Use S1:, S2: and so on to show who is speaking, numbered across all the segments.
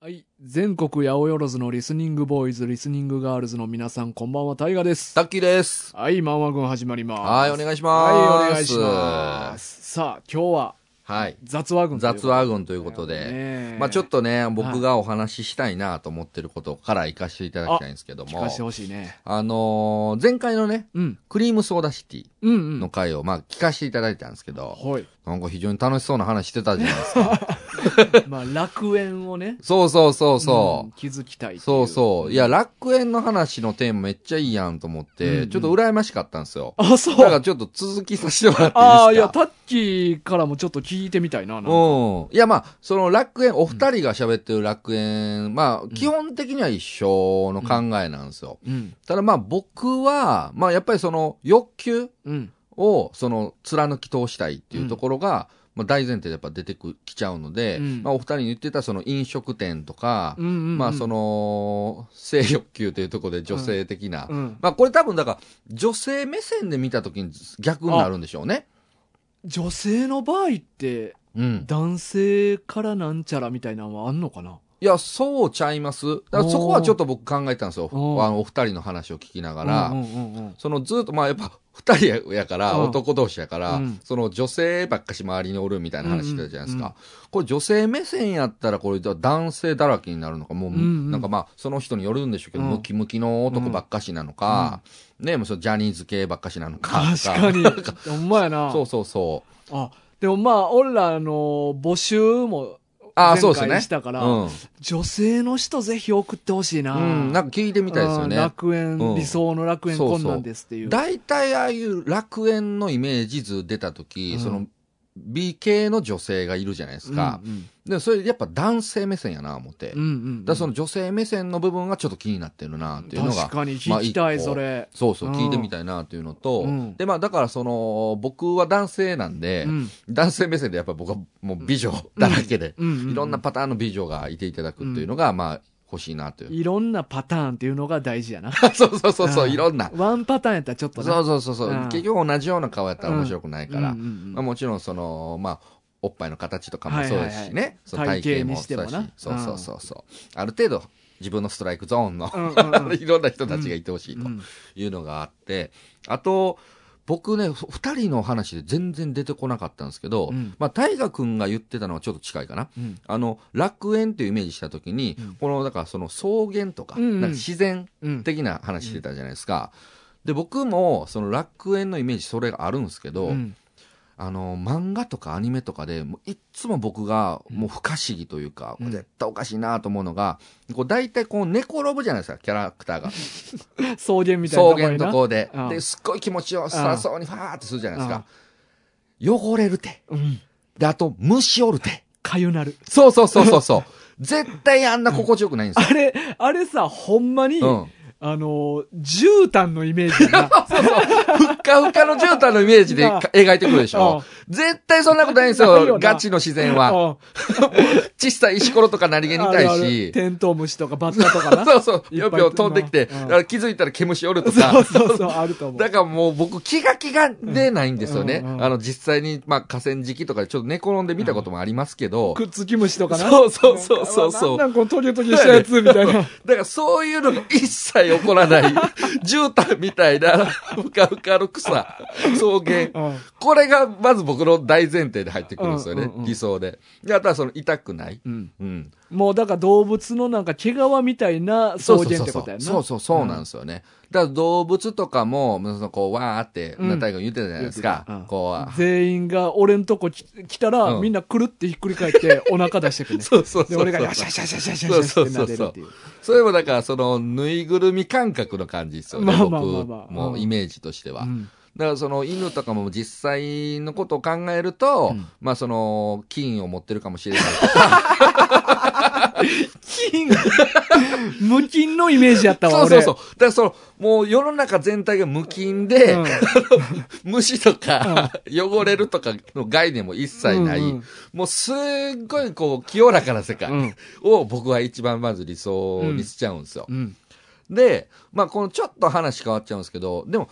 S1: はい。全国八百万のリスニングボーイズ、リスニングガールズの皆さん、こんばんは、タイガです。
S2: タッキーです。
S1: はい、マンワ軍始まります。
S2: はい、お願いします。
S1: はい、お願いします。さあ、今日は
S2: はい。
S1: 雑話軍ということ
S2: 雑
S1: で。
S2: 話群ということ
S1: ね
S2: で、
S1: え
S2: まあちょっとね、僕がお話ししたいなと思ってることから行かせていただきたいんですけど
S1: 聞
S2: も
S1: か、せてほしいね。
S2: あのー前回のね、
S1: うん。
S2: クリームソーダシティ
S1: うんう
S2: の
S1: ん。
S2: 回を、まあ聞かせていただいたんですけど、
S1: はい。
S2: なんか非常に楽しそうな話してたじゃな いですか。
S1: まあ、楽園をね。
S2: そうそうそうそ
S1: う
S2: う。
S1: ん気づきたいってい
S2: そうそう。いや、楽園の話のテーマめっちゃいいやんと思って、
S1: うんうん
S2: ちょっと羨ましかったんですよ。
S1: あ、
S2: だか
S1: そ
S2: ら
S1: う。
S2: ちょっと続きさせてもらっていいですか
S1: ああ、いや、タッキーからもちょっと聞いてみたいな。なんか
S2: うん。いや、まあ、その楽園、お二人が喋ってる楽園、まあ、基本的には一緒の考えなんですよ。
S1: うん。
S2: ただまあ、僕は、まあ、やっぱりその欲求
S1: うん。
S2: を、その、貫き通したいっていうところが、まあ、大前提でやっぱ出てくきちゃうので、
S1: うん
S2: まあ、お二人に言ってたその飲食店とか、
S1: うんうんうん。
S2: まあ、その、性欲求というところで女性的な、
S1: うん。
S2: まあ、これ多分、だから、女性目線で見たときに逆になるんでしょうね。
S1: 女性の場合って、
S2: うん。
S1: 男性からなんちゃらみたいなのはあんのかない
S2: や、そうちゃいます。だからそこはちょっと僕考えたんですよ。あ
S1: おー
S2: のお二人の話を聞きなが
S1: う
S2: ら。
S1: んうんうんうん
S2: そのずっと、まあやっぱ二人やから、
S1: うん
S2: 男同士やから、
S1: うん
S2: その女性ばっかし周りにおるみたいな話してたじゃないですか。これ女性目線やったら、これ男性だらけになるのか、もう、
S1: んうん
S2: なんかまあその人によるんでしょうけど、
S1: うん
S2: ムキムキの男ばっかしなのか、ねもうそのジャニーズ系ばっかしなのかと
S1: 確か に。ほんまやな。
S2: そうそうそう。
S1: あ、でもまあ、俺らあの募集も
S2: ああ、
S1: 前
S2: そうですね。
S1: 回したから、
S2: うん。
S1: 女性の人ぜひ送ってほしいな。
S2: うん、なんか聞いてみたいですよね。
S1: うん楽園、
S2: うん
S1: 理想の楽園
S2: そうそ
S1: こ
S2: うん
S1: なんですっていう。
S2: 大体ああいう楽園のイメージ図出た時、
S1: うん
S2: その美形の女性がいるじゃないですか、
S1: うん
S2: でもそれやっぱ男性目線やな思って、
S1: うん。うんうん。
S2: だからその女性目線の部分がちょっと気になってるなっていうの
S1: 確
S2: が
S1: かに聞きたい、
S2: まあ
S1: それ。
S2: そうそう
S1: うん
S2: 聞いてみたいなっていうのと、
S1: うん
S2: でまあだからその僕は男性なんで、
S1: うん
S2: 男性目線でやっぱ僕はもう美女だらけで、
S1: うんうんうん
S2: いろんなパターンの美女がいていただくっていうのがまあ欲しいなという、
S1: いろんなパターンっていうのが大事やな。
S2: そうそうそうそうんいろんな
S1: ワンパターンやったらちょっとな
S2: そうそうそうそう、
S1: うん
S2: 結局同じような顔やったら面白くないから、
S1: うんうんうん
S2: まあ、もちろんその、まあ、おっぱいの形とかも
S1: はいは
S2: そ
S1: いうはい
S2: ですしね、その
S1: 体型にしてもな
S2: 体型もそうだし
S1: う
S2: そ
S1: ん
S2: うそうそうそう、ある程度自分のストライクゾーンの、
S1: うんうんうん
S2: いろんな人たちがいてほしいと
S1: うん
S2: いうのがあって、あと僕ね2人の話で全然出てこなかったんですけど、
S1: うん
S2: まあ、大河君が言ってたのはちょっと近いかな。
S1: うん
S2: あの楽園っていうイメージした時に、
S1: うん
S2: このだからその草原とか,、
S1: うんうん
S2: なんか自然
S1: うん
S2: 的な話してたじゃないですか。で、僕も、その楽園のイメージ、それがあるんですけど、
S1: うん
S2: あの、漫画とかアニメとかで、もういっつも僕が、もう不可思議というか、
S1: うん
S2: 絶対おかしいなと思うのが、こう、大体こう、寝転ぶじゃないですか、キャラクターが。
S1: 草原 みたい
S2: 草
S1: な
S2: 原
S1: と
S2: と
S1: こ
S2: こうで
S1: うん。
S2: で、すっごい気持ちよさそうにファーってするじゃないですか。汚れるて。
S1: になうん
S2: で、あと、虫おるて。
S1: かゆなる
S2: そうそうそうそうそう。 絶対あんな心地よくないんです
S1: あれあれさほんまに、
S2: よ。うん。
S1: あの絨毯のイメージ やな
S2: ふっかふかの絨毯のイメージでか描いてくるでしょ。絶対そんなことないんです
S1: ないよ
S2: よ。
S1: な
S2: ガチの自然
S1: う
S2: は。
S1: ん
S2: 小さい石ころとか何気にいたい
S1: あるある
S2: し。
S1: テントウムシとかバッタとか な
S2: そうそう。
S1: いっぱ
S2: よ
S1: い
S2: ぴょ飛んできて、
S1: うん
S2: だから気づいたら毛虫おると
S1: そ
S2: か
S1: う。そうそうあると思う
S2: だからもう僕気が気が出ないんですよ
S1: う
S2: ね。
S1: んうんうん
S2: あの実際に、まあ河川敷とかでちょっと寝転んで見たこともありますけど。
S1: くっつき虫とかな
S2: そうそうそうそうそう。
S1: なんかなんかこのトゲトゲしたやつみたいな
S2: だからそういうのが一切起こら ない。絨毯みたいな、ふかふかの草、草原。
S1: うん
S2: これがまず僕の大前提で入ってくるんですよね。
S1: うんうんうん
S2: 理想で。で、あとはその痛くない。
S1: うん
S2: うん。
S1: もうだから動物のなんか毛皮みたいな草原ってことやな
S2: そうそうそうそうなんですよね。だから動物とかも、そのこう、わーって、
S1: うん
S2: なたいが言ってたじゃないですか。
S1: 言ってたうん
S2: こう、
S1: 全員が俺んとこき来たら、
S2: うん
S1: みんなくるってひっくり返ってお腹出してくるね
S2: そうそう
S1: で
S2: そう。
S1: 俺がシャシャシャシャシャシャってなでるっていう
S2: それもだから、その、ぬいぐるみ感覚の感じですよね。
S1: まあ
S2: 僕
S1: まあまあまあう
S2: も
S1: ん
S2: イメージとしては。
S1: うん
S2: だからその犬とかも実際のことを考えると、
S1: うん
S2: まあその、金を持ってるかもしれない。
S1: 金無金のイメージやったわ
S2: そう
S1: 俺
S2: そうそう。だからその、もう世の中全体が無菌で、
S1: うん
S2: 虫とか、汚れるとかの概念も一切ない、
S1: うんうん
S2: もうすっごいこう、清らかな世界
S1: うん
S2: を僕は一番まず理想にしちゃうんですよ。
S1: うん
S2: で、まあこのちょっと話変わっちゃうんですけど、でも、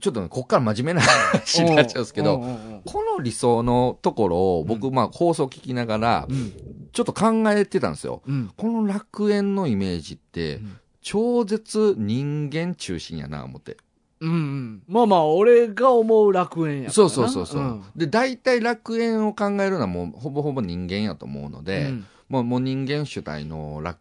S2: ちょっとね、こっから真面目な話になっちゃうんですけど、
S1: んうんうん
S2: この理想のところを
S1: う
S2: 僕、まあ放送聞きながら
S1: う、ん
S2: ちょっと考えてたんですよ。
S1: うん
S2: この楽園のイメージって、
S1: うん
S2: 超絶人間中心やな、思って。
S1: うんうんまあまあ俺が思う楽園やからな
S2: そうそうそうそう、
S1: ん
S2: で、大体楽園を考えるのはもうほぼほぼ人間やと思うので、
S1: うん
S2: もうもう人間主体の楽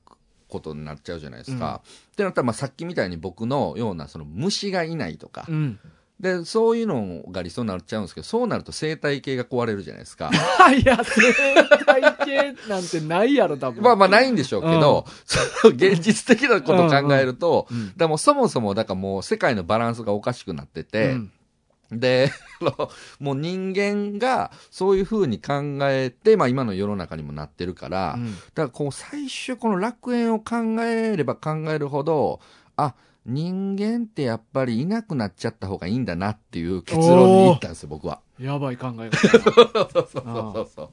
S2: ことになっちゃうじゃないですか。ってなったら、まあ、さっきみたいに僕のようなその虫がいないとか、
S1: うん
S2: で、そういうのが理想になっちゃうんですけど、そうなると生態系が壊れるじゃないですか。
S1: いや、生態系なんてないやろ、多分。
S2: まあまあないんでしょうけど、 その現実的なことを考えると、
S1: うん
S2: でもそもそもだからもう世界のバランスがおかしくなってて、
S1: うん
S2: で、 あのもう人間がそういうふうに考えて、まあ今の世の中にもなってるから、
S1: う
S2: だ
S1: ん
S2: からこう最初この楽園を考えれば考えるほど、あ、人間ってやっぱりいなくなっちゃった方がいいんだなっていう結論に行ったんですよ、僕は。
S1: やばい考え方やな。
S2: そうそうそうそうそう。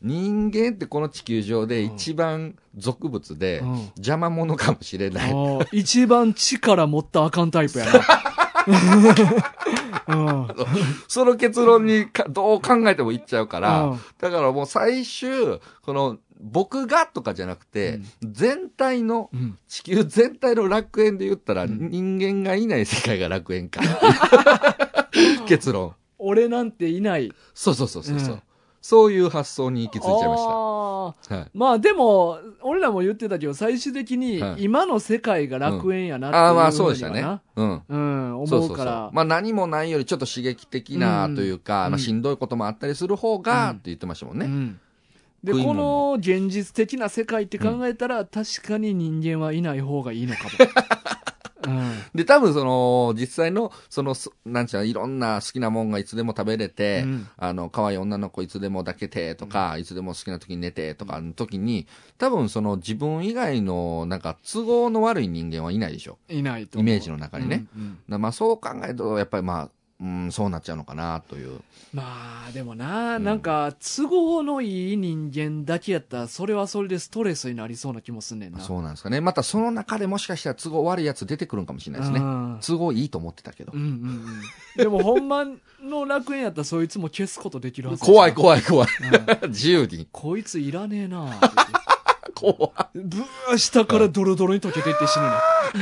S2: 人間ってこの地球上で一番俗物で
S1: うん
S2: 邪魔者かもしれない。
S1: あー一番力持ったあかんタイプや な。うん
S2: その結論にかどう考えてもいっちゃうから、
S1: うん
S2: だからもう最終、この僕がとかじゃなくて、全体の、
S1: うん
S2: 地球全体の楽園で言ったら、
S1: うん
S2: 人間がいない世界が 楽園か。結論。
S1: 俺なんていない。
S2: そうそうそうそうそう、
S1: うん
S2: そういう発想に行き着いちゃいま
S1: あ
S2: した。
S1: ー
S2: はい、
S1: まあでも、俺らも言ってたけど、最終的に
S2: はい
S1: 今の世界が楽園やなっていう
S2: ああ、まあ
S1: ふ
S2: そう
S1: う
S2: で
S1: に
S2: し
S1: は
S2: た
S1: な
S2: ね。うん。
S1: うん、
S2: そう
S1: 思
S2: そううそ
S1: か
S2: う。
S1: ら。
S2: まあ何もないよりちょっと刺激的なというか、
S1: うん
S2: まあしんどいこともあったりする方
S1: うん
S2: が、って言ってましたもんね。
S1: うんで、
S2: 食い
S1: こ
S2: 物も
S1: の現実的な世界って考えたら、確かに人間はいない方がいいのか も。うん
S2: で、多分その、実際の、その、そなんちゃうの、いろんな好きなもんがいつでも食べれて、
S1: うん
S2: あの、可愛い女の子いつでも抱けてとか、いつでも好きな時に寝てとかの時に、多分その自分以外の、なんか都合の悪い人間はいないでしょ。
S1: いないと
S2: イ
S1: 思う。
S2: メージの中にね。
S1: うんうん
S2: だまあそう考えると、やっぱりまあ、うん、そうなっちゃうのかなという。
S1: まあでもな、
S2: うん
S1: なんか都合のいい人間だけやったらそれはそれでストレスになりそうな気もすんねんな
S2: そうなんですかね。またその中でもしかしたら都合悪いやつ出てくるんかもしれないです
S1: う
S2: ね。
S1: ん
S2: 都合いいと思ってたけど
S1: う。んうんうんでもほんまの楽園やったらそいつも消すことできるはず
S2: 怖い
S1: こ,、
S2: 怖い怖い。
S1: うん
S2: 自由に。
S1: こいついらねえな
S2: 怖い。
S1: ブワー下からドロドロに溶けていって死ぬね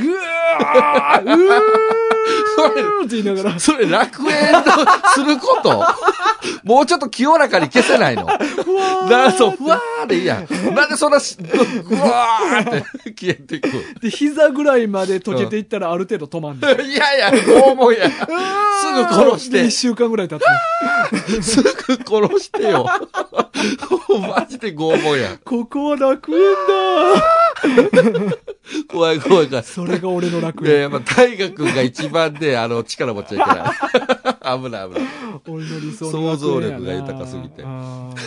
S1: ぐわーうーって言いながら
S2: それ楽園とすること もうちょっと清らかに消せないの。
S1: ふわ
S2: な
S1: ー
S2: そう、
S1: っ
S2: ふわーでいいやん。なんでそんなし、ふわーって 消えていく。
S1: て膝ぐらいまで溶けていったらある程度止まんねん
S2: いやいや、拷問や。すぐ殺して
S1: 1週間ぐらい経って
S2: すぐ殺してよ。 マジで拷問や。
S1: ここは楽園だ
S2: 怖い怖いから。
S1: それが俺の楽
S2: いや
S1: 園。
S2: いや、まあ、大河君が一番で、あの、力持っちゃいけ ない。危ない危ない。
S1: 俺の理想の楽園やな
S2: 想像力が豊かすぎて
S1: あー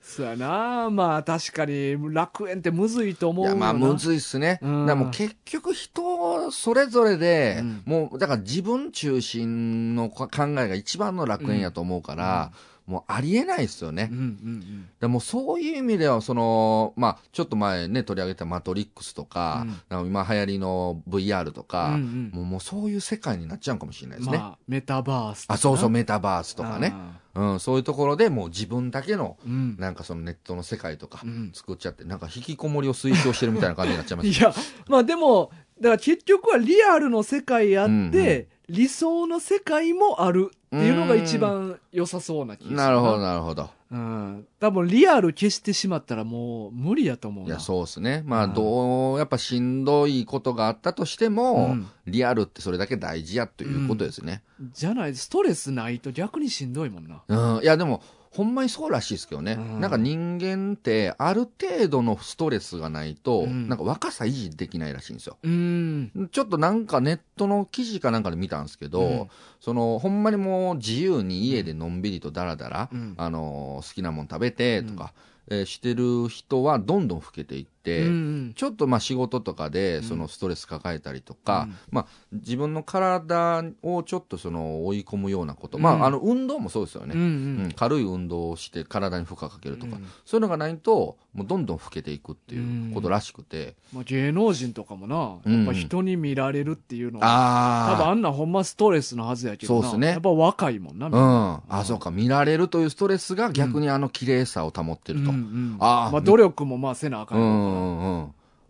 S1: そうやなまあ確かに楽園ってむずいと思
S2: いうや、
S1: よな
S2: まあ、むずいっすね。
S1: う
S2: だか
S1: ん
S2: らもう結局人それぞれで、
S1: うん
S2: もう、だから自分中心のこ考えが一番の楽園やと思うから、もうありえないっすよね。
S1: うんうん
S2: でもうそういう意味では、その、まあ、ちょっと前ね、取り上げたマトリックスとか、
S1: うん
S2: なんか今流行りの VR と
S1: うん
S2: か、
S1: うん
S2: もうもうそういう世界になっちゃうかもしれない
S1: うん
S2: ですね。
S1: まあメタバースとか
S2: あ、そうそう、メタバースとかね。
S1: あ
S2: うん、そういうところでもう自分だけの、
S1: ーうん
S2: なんかそのネットの世界とか
S1: うん
S2: 作っちゃって、なんか引きこもりを推奨してるみたいな感じになっちゃいますね
S1: いやまあでもだから結局はリアルの世界あって、
S2: うんうん
S1: 理想の世界もあるっていうのが一番良さそうな気がする
S2: なるほど、なるほど。
S1: うん多分リアル消してしまったらもう無理やと思う
S2: い
S1: な
S2: や、そうですね。まあ、
S1: うん
S2: どう、やっぱしんどいことがあったとしても、
S1: うん
S2: リアルってそれだけ大事やということですね。
S1: じゃないストレスないと逆にしんどいもんな
S2: うん。いや、でも、ほんまにそうらしいですけどね。
S1: うん
S2: なんか人間って、ある程度のストレスがないと、
S1: うん
S2: なんか若さ維持できないらしいんですよ。
S1: うん
S2: ちょっとなんかネットの記事かなんかで見たんですけど、
S1: うん
S2: その、ほんまにもう自由に家でのんびりとダラダラ、
S1: うん
S2: あのー好きなもん食べてとか、えーしてる人はどんどん老けていっ
S1: う
S2: て、
S1: ん
S2: ちょっとまあ仕事とかでそのストレス抱えたりとか、
S1: うん
S2: まあ、自分の体をちょっとその追い込むようなこと、
S1: うん
S2: まあ、あの運動もそうですよ
S1: うん
S2: ね、
S1: う
S2: うん
S1: ん
S2: 軽い運動をして体に負荷かけると
S1: う
S2: か、
S1: ん
S2: そういうのがないともうどんどん老けていくっていうことらしくて、
S1: まあ、芸能人とかもな、
S2: うん
S1: やっぱ人に見られるっていうのは、多分
S2: あ
S1: あんなんほんまストレスのはずやけどな、
S2: そうっすね
S1: やっぱ若いもんな、
S2: あ、
S1: み
S2: うん
S1: な
S2: あそうか見られるというストレスが逆にあの綺麗さを保ってると、う
S1: うん
S2: ん
S1: うん
S2: あー
S1: まあ、努力もまあせなあか
S2: うん
S1: やろ
S2: んう
S1: うん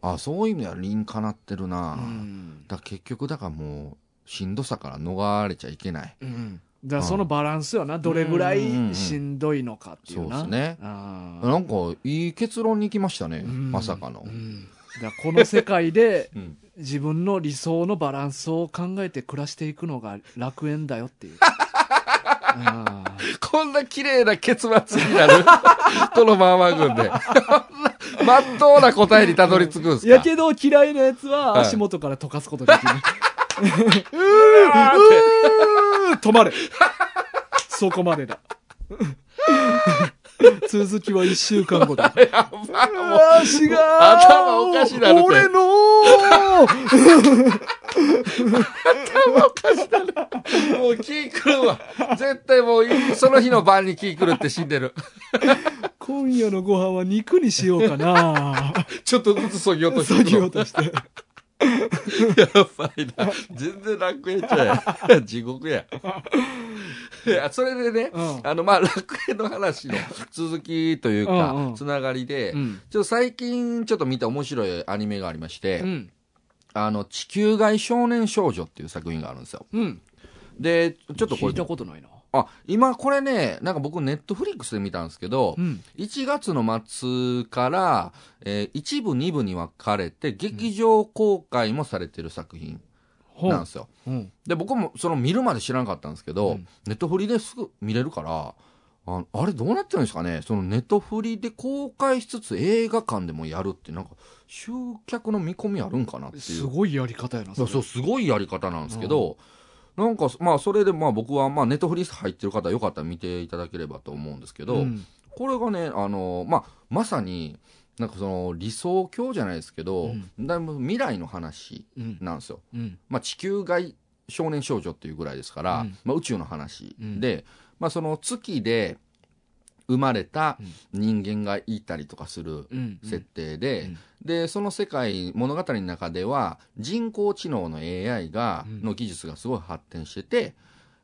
S2: あそういう意味では理にかなってるな、
S1: からうん
S2: だから結局だからもうしんどさから逃れちゃいけない
S1: うんだからそのバランスよな、どれぐらいしんどいのかっていうな。
S2: そうっすね
S1: あー
S2: なんかいい結論に来ましたね、
S1: うん
S2: まさかの、
S1: うんだからこの世界で
S2: うん
S1: 自分の理想のバランスを考えて暮らしていくのが楽園だよ っていう。あー
S2: こんな綺麗な結末になる トロマーマ軍で まっとうな答えにたどり着くんすか
S1: やけど嫌いなやつは足元から溶かすことでき る。うー止まれ。そこまでだ。続きは一週間後だ。
S2: やばいもう
S1: 足が
S2: 頭おかしなるって
S1: 俺の
S2: もう気くるわ。絶対もうい、その日の晩に気くるって死んでる。
S1: 今夜のご飯は肉にしようか な。
S2: ちょっとずつそぎ落と
S1: そ
S2: して
S1: ぎ落
S2: る。
S1: として。
S2: やばいな。全然楽園ちゃうやん。 地獄や。いや、それでね、
S1: うん
S2: あの、まあ、楽園の話の続きというか、
S1: うんうん
S2: つながりで、
S1: うん。
S2: ちょっと最近ちょっと見た面白いアニメがありまして、
S1: うん。
S2: あの、地球外少年少女っていう作品があるんですよ。
S1: うん。
S2: で、ちょっと
S1: 聞
S2: こ
S1: い
S2: れ
S1: た、ことないな。
S2: あ、今これね、なんか僕ネットフリックスで見たんですけど、
S1: うん。
S2: 1月の末から、えー、1部、2部に分かれて、劇場公開もされてる作品
S1: ほ
S2: なん
S1: う
S2: ですよ。
S1: うん。
S2: で、僕もその見るまで知らなかったんですけど、
S1: うん
S2: ネットフリですぐ見れるから、ああれどうなってるんですかねそのネットフリで公開しつつ映画館でもやるって、なんか集客の見込みあるんかなっていう。
S1: すごいやり方やな。
S2: いやそう、すごいやり方なんですけど、なんか、まあ、それで、まあ、僕は、まあ、ネットフリー入ってる方、よかったら見ていただければと思うんですけ
S1: う
S2: ど、
S1: ん。
S2: これがね、あのまあ、まさに、なんかその理想郷じゃないですけど、だいぶ未来の話
S1: うん。
S2: なんですよ。
S1: うん。
S2: まあ、地球外少年少女っていうぐらいですから、
S1: うん
S2: まあ、宇宙の話で、まあ、その月で生まれた人間がいたりとかする
S1: うん。
S2: 設定で、
S1: うん
S2: でその世界物語の中では人工知能の AI が、
S1: うん
S2: の技術がすごい発展してて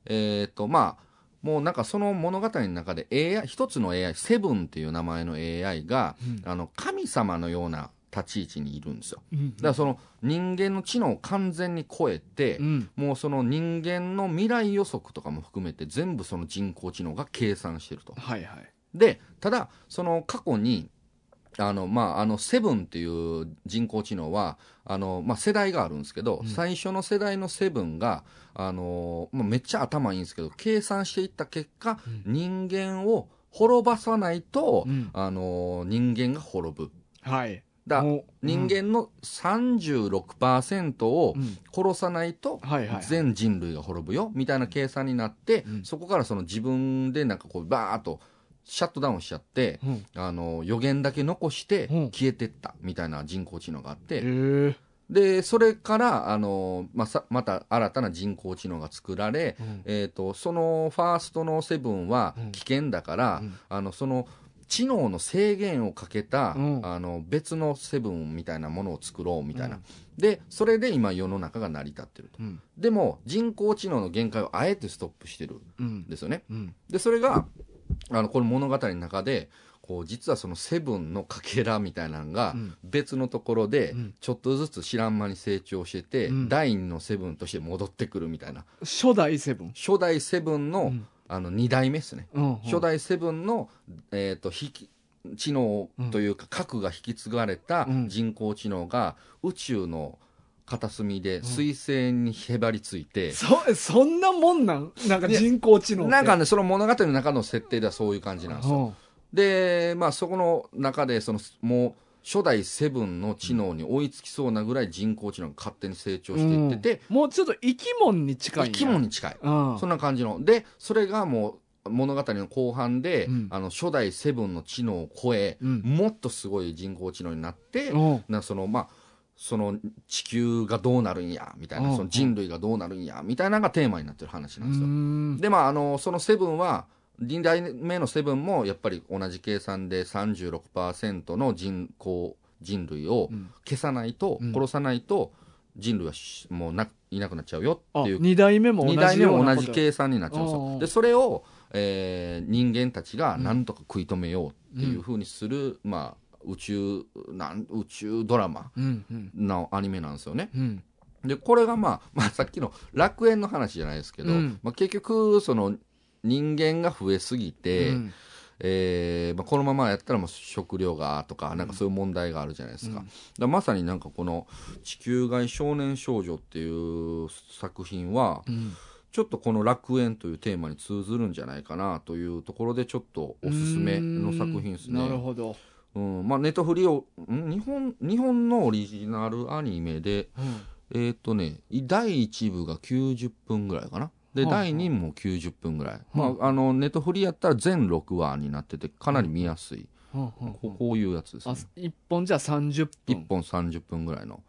S2: えっ、とまあもうなんかその物語の中で AI 一つの AI セブンっていう名前の AI が、
S1: うん
S2: あの神様のような立ち位置にいるんですよ
S1: うん
S2: だからその人間の知能を完全に超えて、
S1: うん。
S2: もうその人間の未来予測とかも含めて全部その人工知能が計算してると
S1: はいはい。
S2: でただその過去にあのまああのセブンっていう人工知能はあの、まあ、世代があるんですけど、
S1: うん
S2: 最初の世代のセブンがあの、まあ、めっちゃ頭いいんですけど計算していった結果、
S1: うん
S2: 人間を滅ばさないと、
S1: うん。
S2: あの人間が滅ぶ
S1: はい。
S2: だ
S1: もう
S2: 人。間の36%を
S1: うんうん
S2: 殺さないと、
S1: はいはいはい。
S2: 全人類が滅ぶよみたいな計算になって、
S1: うん
S2: そこからその自分でなんかこうバーッとシャットダウンしちゃって、
S1: うん。
S2: あの予言だけ残して
S1: うん
S2: 消えてったみたいな人工知能があっ
S1: へ
S2: て、
S1: え。
S2: でそれからあのまあさまた新たな人工知能が作られ、
S1: うん
S2: えー、とそのファーストのセブンは
S1: うん
S2: 危険だから、
S1: うん
S2: あのその知能の制限をかけた、
S1: うん
S2: あの別のセブンみたいなものを作ろうみたいな、
S1: うん
S2: でそれで今世の中が成り立ってると
S1: うん。
S2: でも人工知能の限界をあえてストップしてるん
S1: うん。
S2: ですよね
S1: うん。
S2: でそれがあのこの物語の中でこう実はそのセブンのかけらみたいなのが
S1: うん
S2: 別のところで
S1: うん
S2: ちょっとずつ知らん間に成長してて、
S1: うん
S2: 第二のセブンとして戻ってくるみたいな
S1: 初代セブン。
S2: 初代セブンの,、
S1: うん
S2: あの2代目ですね、
S1: うん。
S2: 初代セブンの、えー、と引き知能というか核が引き継がれた
S1: うん
S2: 人工知能が宇宙の片隅で彗星にへばりついて、
S1: そ、そんなもんなんなんか人工知能って。
S2: なんかね、その物語の中の設定ではそういう感じなんですよ。
S1: うん、
S2: で、まあそこの中で、その、もう、初代セブンの知能に追いつきそうなぐらい人工知能が勝手に成長していってて、
S1: うんもうちょっと生き物に近い
S2: 生
S1: んや
S2: き物に近い。
S1: うん
S2: そんな感じの。で、それがもう、物語の後半で、
S1: うん
S2: あの初代セブンの知能を超え、
S1: うん
S2: もっとすごい人工知能になって、
S1: うん
S2: なそのまあその地球がどうなるんやみたいな、
S1: うん
S2: その人類がどうなるんやみたいなのがテーマになってる話
S1: う
S2: なんですよ。
S1: ん
S2: でまああのそのセブンは2代目のセブンもやっぱり同じ計算で36%の人口人類を
S1: うん
S2: 消さないと、
S1: うん
S2: 殺さないと人類はしもうないなくなっちゃうよ
S1: あ
S2: っていう
S1: 二代目も同
S2: 2
S1: じ
S2: 代目
S1: よう
S2: も
S1: な
S2: 同
S1: こと
S2: じ計算になっちゃうんです
S1: おうおう
S2: よ。で、それを、えー人間たちがなんとか食い止めようっていうふうにする、まあ、宇宙、なん、宇宙ドラマ
S1: うんうん
S2: のアニメなんですよね。
S1: うん
S2: で、これがまあ、 まあさっきの楽園の話じゃないですけど、
S1: うん
S2: まあ結局、その、人間が増えすぎて、
S1: うん
S2: えーまあ、このままやったらもう食料がとかなんかそういう問題があるじゃないですか,、
S1: うん
S2: だからまさになんかこの「地球外少年少女」っていう作品は
S1: うん
S2: ちょっとこの楽園というテーマに通ずるんじゃないかなというところでちょっとおすすめの作品です
S1: なる
S2: ね。
S1: ほど、
S2: うんまあ、ネットフリをん日本日本のオリジナルアニメで
S1: うん
S2: えーっ、とね第1部が90分ぐらいかな。で、
S1: はあはあ
S2: 第2部も90分ぐらい。
S1: はあ
S2: まあ、あの、ネットフリやったら全6話になってて、かなり見やすい。
S1: うんうん
S2: ここういうやつです
S1: あ
S2: ね。
S1: 一本じゃ30
S2: 1
S1: 分
S2: 本30分ぐらいの。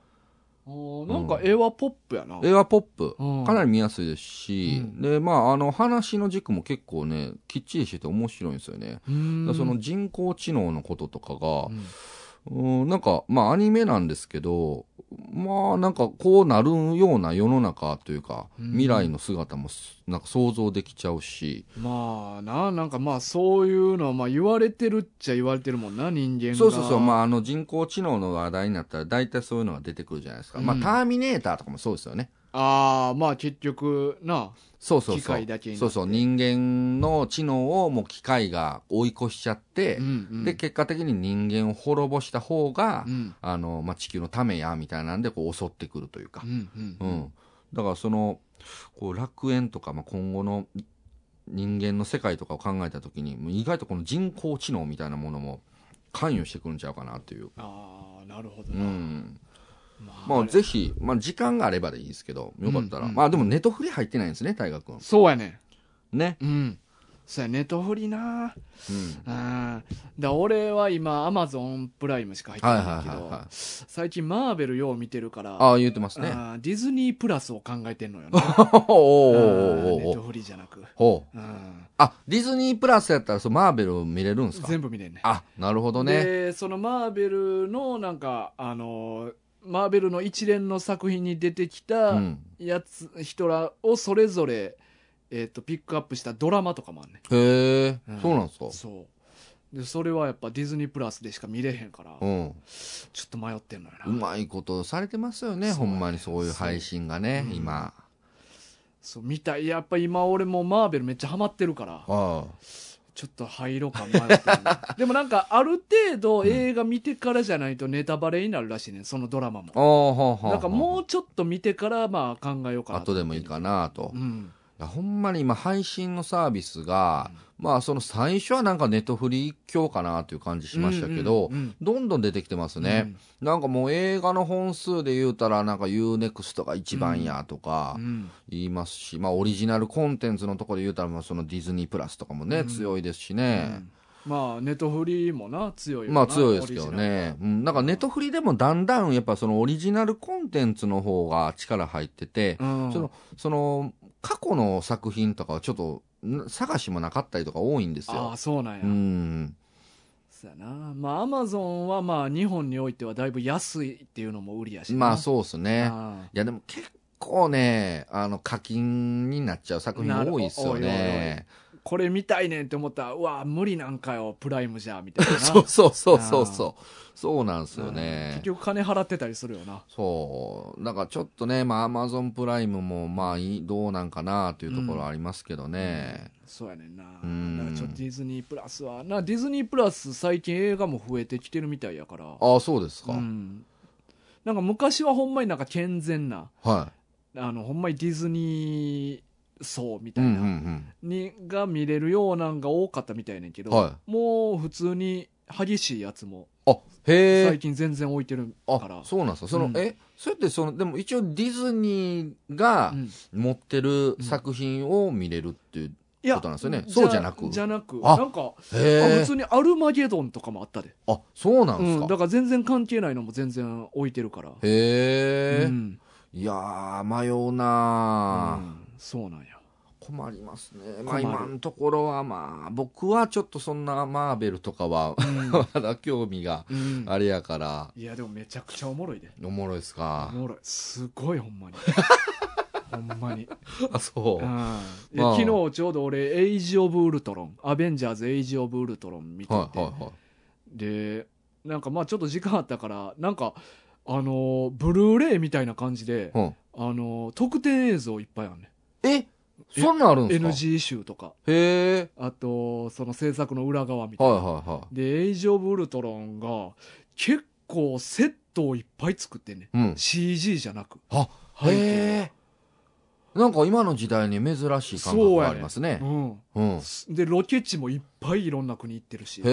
S1: おーなんか絵はポップやな、
S2: 映画ポップ
S1: うん、
S2: かなり見やすいですし、
S1: うん
S2: で、まあ、あの、話の軸も結構ね、きっちりしてて面白いんですよね。
S1: う
S2: だ
S1: ー
S2: か
S1: ん
S2: らその人工知能のこととかが
S1: う、ん
S2: うん、なんか、まあ、アニメなんですけど、まあ、なんか、こうなるような世の中というか、
S1: うん
S2: 未来の姿もす、なんか想像できちゃうし、
S1: まあななんかまあそういうのはまあ言われてるっちゃ言われてるもんな人間が
S2: そうそうそう、まあ、あの、人工知能の話題になったら、大体そういうのが出てくるじゃないですか。まあ、
S1: うん
S2: ターミネーターとかもそうですよね。
S1: ああまあ結局な
S2: そうそうそう。
S1: 機械だけになって
S2: そうそう。人間の知能をもう機械が追い越しちゃって、
S1: うんうん
S2: で、結果的に人間を滅ぼした方が、
S1: うん
S2: あの、まあ、地球のためや、みたいなんで、こう、襲ってくるというか
S1: う。ん
S2: う。
S1: うんん
S2: だから、その、こう、楽園とか、まあ、今後の人間の世界とかを考えたときに、もう意外とこの人工知能みたいなものも関与してくるんちゃうかなという。
S1: ああなるほど
S2: う
S1: な、
S2: ん。
S1: ま
S2: まあ、ぜひ、まあ、時間があればでいいですけど、よかったら。
S1: うんうん
S2: まあ、でも、ネトフリ入ってないんですね、大河君。
S1: そうやね
S2: ね。
S1: うんそうやネトフリな
S2: う
S1: う
S2: ん。
S1: んだ俺は今アマゾンプライムしか入って
S2: はい
S1: な
S2: はい
S1: いけど、
S2: はいはい。
S1: 最近マーベルよう見てるから
S2: ああ、言ってますね。
S1: あーディズニープラスを考えてんのよな
S2: お
S1: うん
S2: ー
S1: ネ
S2: お
S1: ッ
S2: ーおーおー
S1: ト
S2: おー
S1: フリじゃなく、
S2: ほう。
S1: うん、
S2: あ、ディズニープラスやったら、そう、マーベルを見れるんですか
S1: 全部見れんね
S2: あ、なるほどね。
S1: でそのマーベルのなんかあのーマーベルの一連の作品に出てき
S2: う
S1: た
S2: ん。
S1: やつ、人らをそれぞれ、えー、とピックアップしたドラマとかもあるね
S2: へえ
S1: うん、
S2: そうなんですか
S1: そうでそれはやっぱディズニープラスでしか見れへんから、
S2: う
S1: ちょっ
S2: ん。
S1: と迷ってんのよな
S2: うまいことされてますよね、
S1: そう
S2: ほんまにそういう配信がね、
S1: そう
S2: 今。
S1: そう見たいやっぱ今俺もうマーベルめっちゃハマってるから
S2: ああ。
S1: ちょっと入ろうか迷ってるね でもなんかある程度映画見てからじゃないとネタバレになるらしいねんそのドラマも
S2: ああ、はあ、はあ。
S1: なんかもうちょっと見てからまあ考えようかなと
S2: 後でもいいかなと。
S1: う
S2: い
S1: ん
S2: やほんまに今配信のサービスが、まあその最初はなんかネットフリ今日かなという感じしましたけど、
S1: うんうんうん
S2: どんどん出てきてますね。なんかもう映画の本数で言うたら、なんか UNEXT が一番やとか
S1: うん
S2: 言いますし、まあオリジナルコンテンツのところで言うたら、まあそのディズニープラスとかもね、
S1: うん
S2: 強いですし
S1: う
S2: ね。
S1: んまあネットフリーもな強いよな
S2: まあ強いですけど
S1: オリジナル
S2: ね。うん、なんかネットフリでもだんだんやっぱそのオリジナルコンテンツの方が力入ってて、
S1: うん
S2: その、その過去の作品とかはちょっとん探しもなかったりとか多いんです
S1: あ
S2: よ
S1: あ。そうなんや、
S2: うん。
S1: そうやなまあアマゾンはまあ日本においてはだいぶ安いっていうのも売りやしな
S2: まあそうですね。
S1: あ
S2: いやでも結構ね、あの課金になっちゃう作品多いですよね。
S1: あこれ見たいねんって思ったらうわ無理なんかよプライムじゃみたいな
S2: そうそうそうそうそう。そうなんですよ
S1: うん
S2: ね
S1: 結。局金払ってたりするよな
S2: そう。なんかちょっとね、まあアマゾンプライムもまあいいどうなんかなというところありますけどね。
S1: そうやねんな
S2: うん
S1: だからちょっとディズニープラスはなディズニープラス最近映画も増えてきてるみたいやから
S2: ああ、そうですか。
S1: うん、なんか昔はほんまになんか健全な
S2: は
S1: あのほんまにディズニー層み
S2: い。
S1: た
S2: う
S1: い
S2: ん
S1: な、
S2: うん
S1: にが見れるようなんが多かったみたいねんけ
S2: う
S1: ど、
S2: ん。は
S1: もう普通に激しいやつも
S2: い。あ、へ
S1: 最
S2: え。
S1: 近全然置いてるか
S2: あ
S1: ら、、
S2: そうなんですか。その、
S1: うん
S2: え、それってその、でも一応ディズニーが
S1: うん
S2: 持ってる作品を見れるっていう
S1: いや
S2: ことなんですよねそうじゃなく
S1: じゃなく
S2: あ
S1: なんかあ
S2: へ
S1: 普通にアルマゲドンとかもあったで、
S2: えあそうなんです
S1: うん、
S2: か、
S1: だから全然関係ないのも全然置いてるから
S2: へえ、
S1: うん
S2: いやー迷うなー、
S1: うんそうなんや
S2: 困りますね、ま
S1: 困
S2: あ、
S1: る
S2: 今のところはまあ僕はちょっとそんなマーベルとかは まだ興味が
S1: うん、うん
S2: あれやから
S1: いやでもめちゃくちゃおもろいで
S2: おもろいです
S1: お
S2: か
S1: もろいすごいほん まにほんまに
S2: あそ
S1: うん
S2: う
S1: いや
S2: まあ
S1: 昨日ちょうど俺「エイジ・オブ・ウルトロン」「アベンジャーズ・エイジ・オブ・ウルトロン」見てて、
S2: はいはいはい
S1: でなんかまあちょっと時間あったからなんかあのーブルーレイみたいな感じで、
S2: うん
S1: あのー特典映像いっぱいあるね
S2: えそんなんあるんですか
S1: NG 集とか
S2: へえ
S1: あとその制作の裏側みたい
S2: は
S1: な、
S2: いはいは
S1: で「エイジ・オブ・ウルトロン」が結構セットをいっぱい作ってんね
S2: いうん
S1: CG じゃなく
S2: あ
S1: 背景
S2: へえんか今の時代に珍しい感覚がありますね
S1: うん
S2: うんへ
S1: でロケ地もいっぱいいろんな国行ってるしで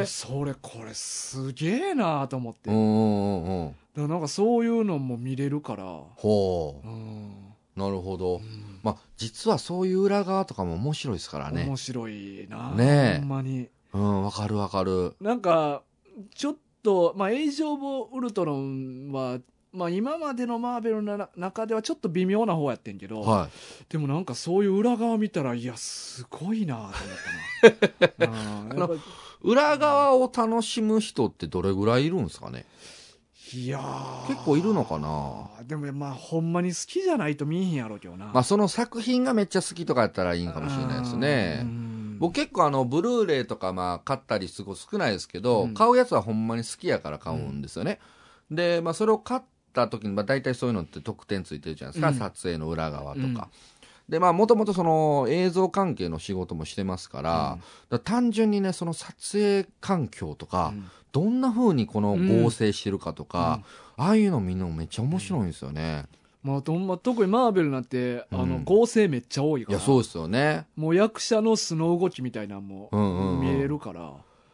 S2: え
S1: それこれすげえなと思って、だ
S2: うん
S1: か
S2: うんうんうん
S1: らなんかそういうのも見れるから
S2: ほ
S1: うん、
S2: うなるほ
S1: う
S2: ど
S1: ん
S2: まあ実はそういう裏側とかも面白いですからね
S1: 面白いな
S2: ねえ
S1: ほんまに
S2: うんわかるわかる
S1: なんかちょっとまあ「エイジ・オブ・ウルトロンは」まあ、今までのマーベルのな中ではちょっと微妙な方やってんけど、
S2: はい
S1: でもなんかそういう裏側見たらいやすごいなと思ったな うんやっぱ
S2: 裏側を楽しむ人ってどれぐらいいるんですかね
S1: いやー
S2: 結構いるのかな
S1: でもまあほんまに好きじゃないと見えへんやろうけどな
S2: まあその作品がめっちゃ好きとかやったらいいんかもしれないですね僕結構あのブルーレイとかまあ買ったりすごい少ないですけど、
S1: うん
S2: 買うやつはほんまに好きやから買うんですよね、でまあそれを買った時にまあ大体そういうのって特典ついてるじゃないですか、
S1: うん
S2: 撮影の裏側とか、
S1: うん
S2: でまあもともとその映像関係の仕事もしてますから,、だから単純にねその撮影環境とか、どんな風にこの合成してるかとか、ああいうのみんなもめっちゃ面白いんですよね。
S1: まあ、どんま特にマーベルなんて、あ
S2: う
S1: の
S2: ん
S1: 合成めっちゃ多い
S2: い
S1: か
S2: や、
S1: ら
S2: そうですよね。
S1: もう役者の素の動きみたいなの
S2: うんうんう
S1: も
S2: ん
S1: 見えるから、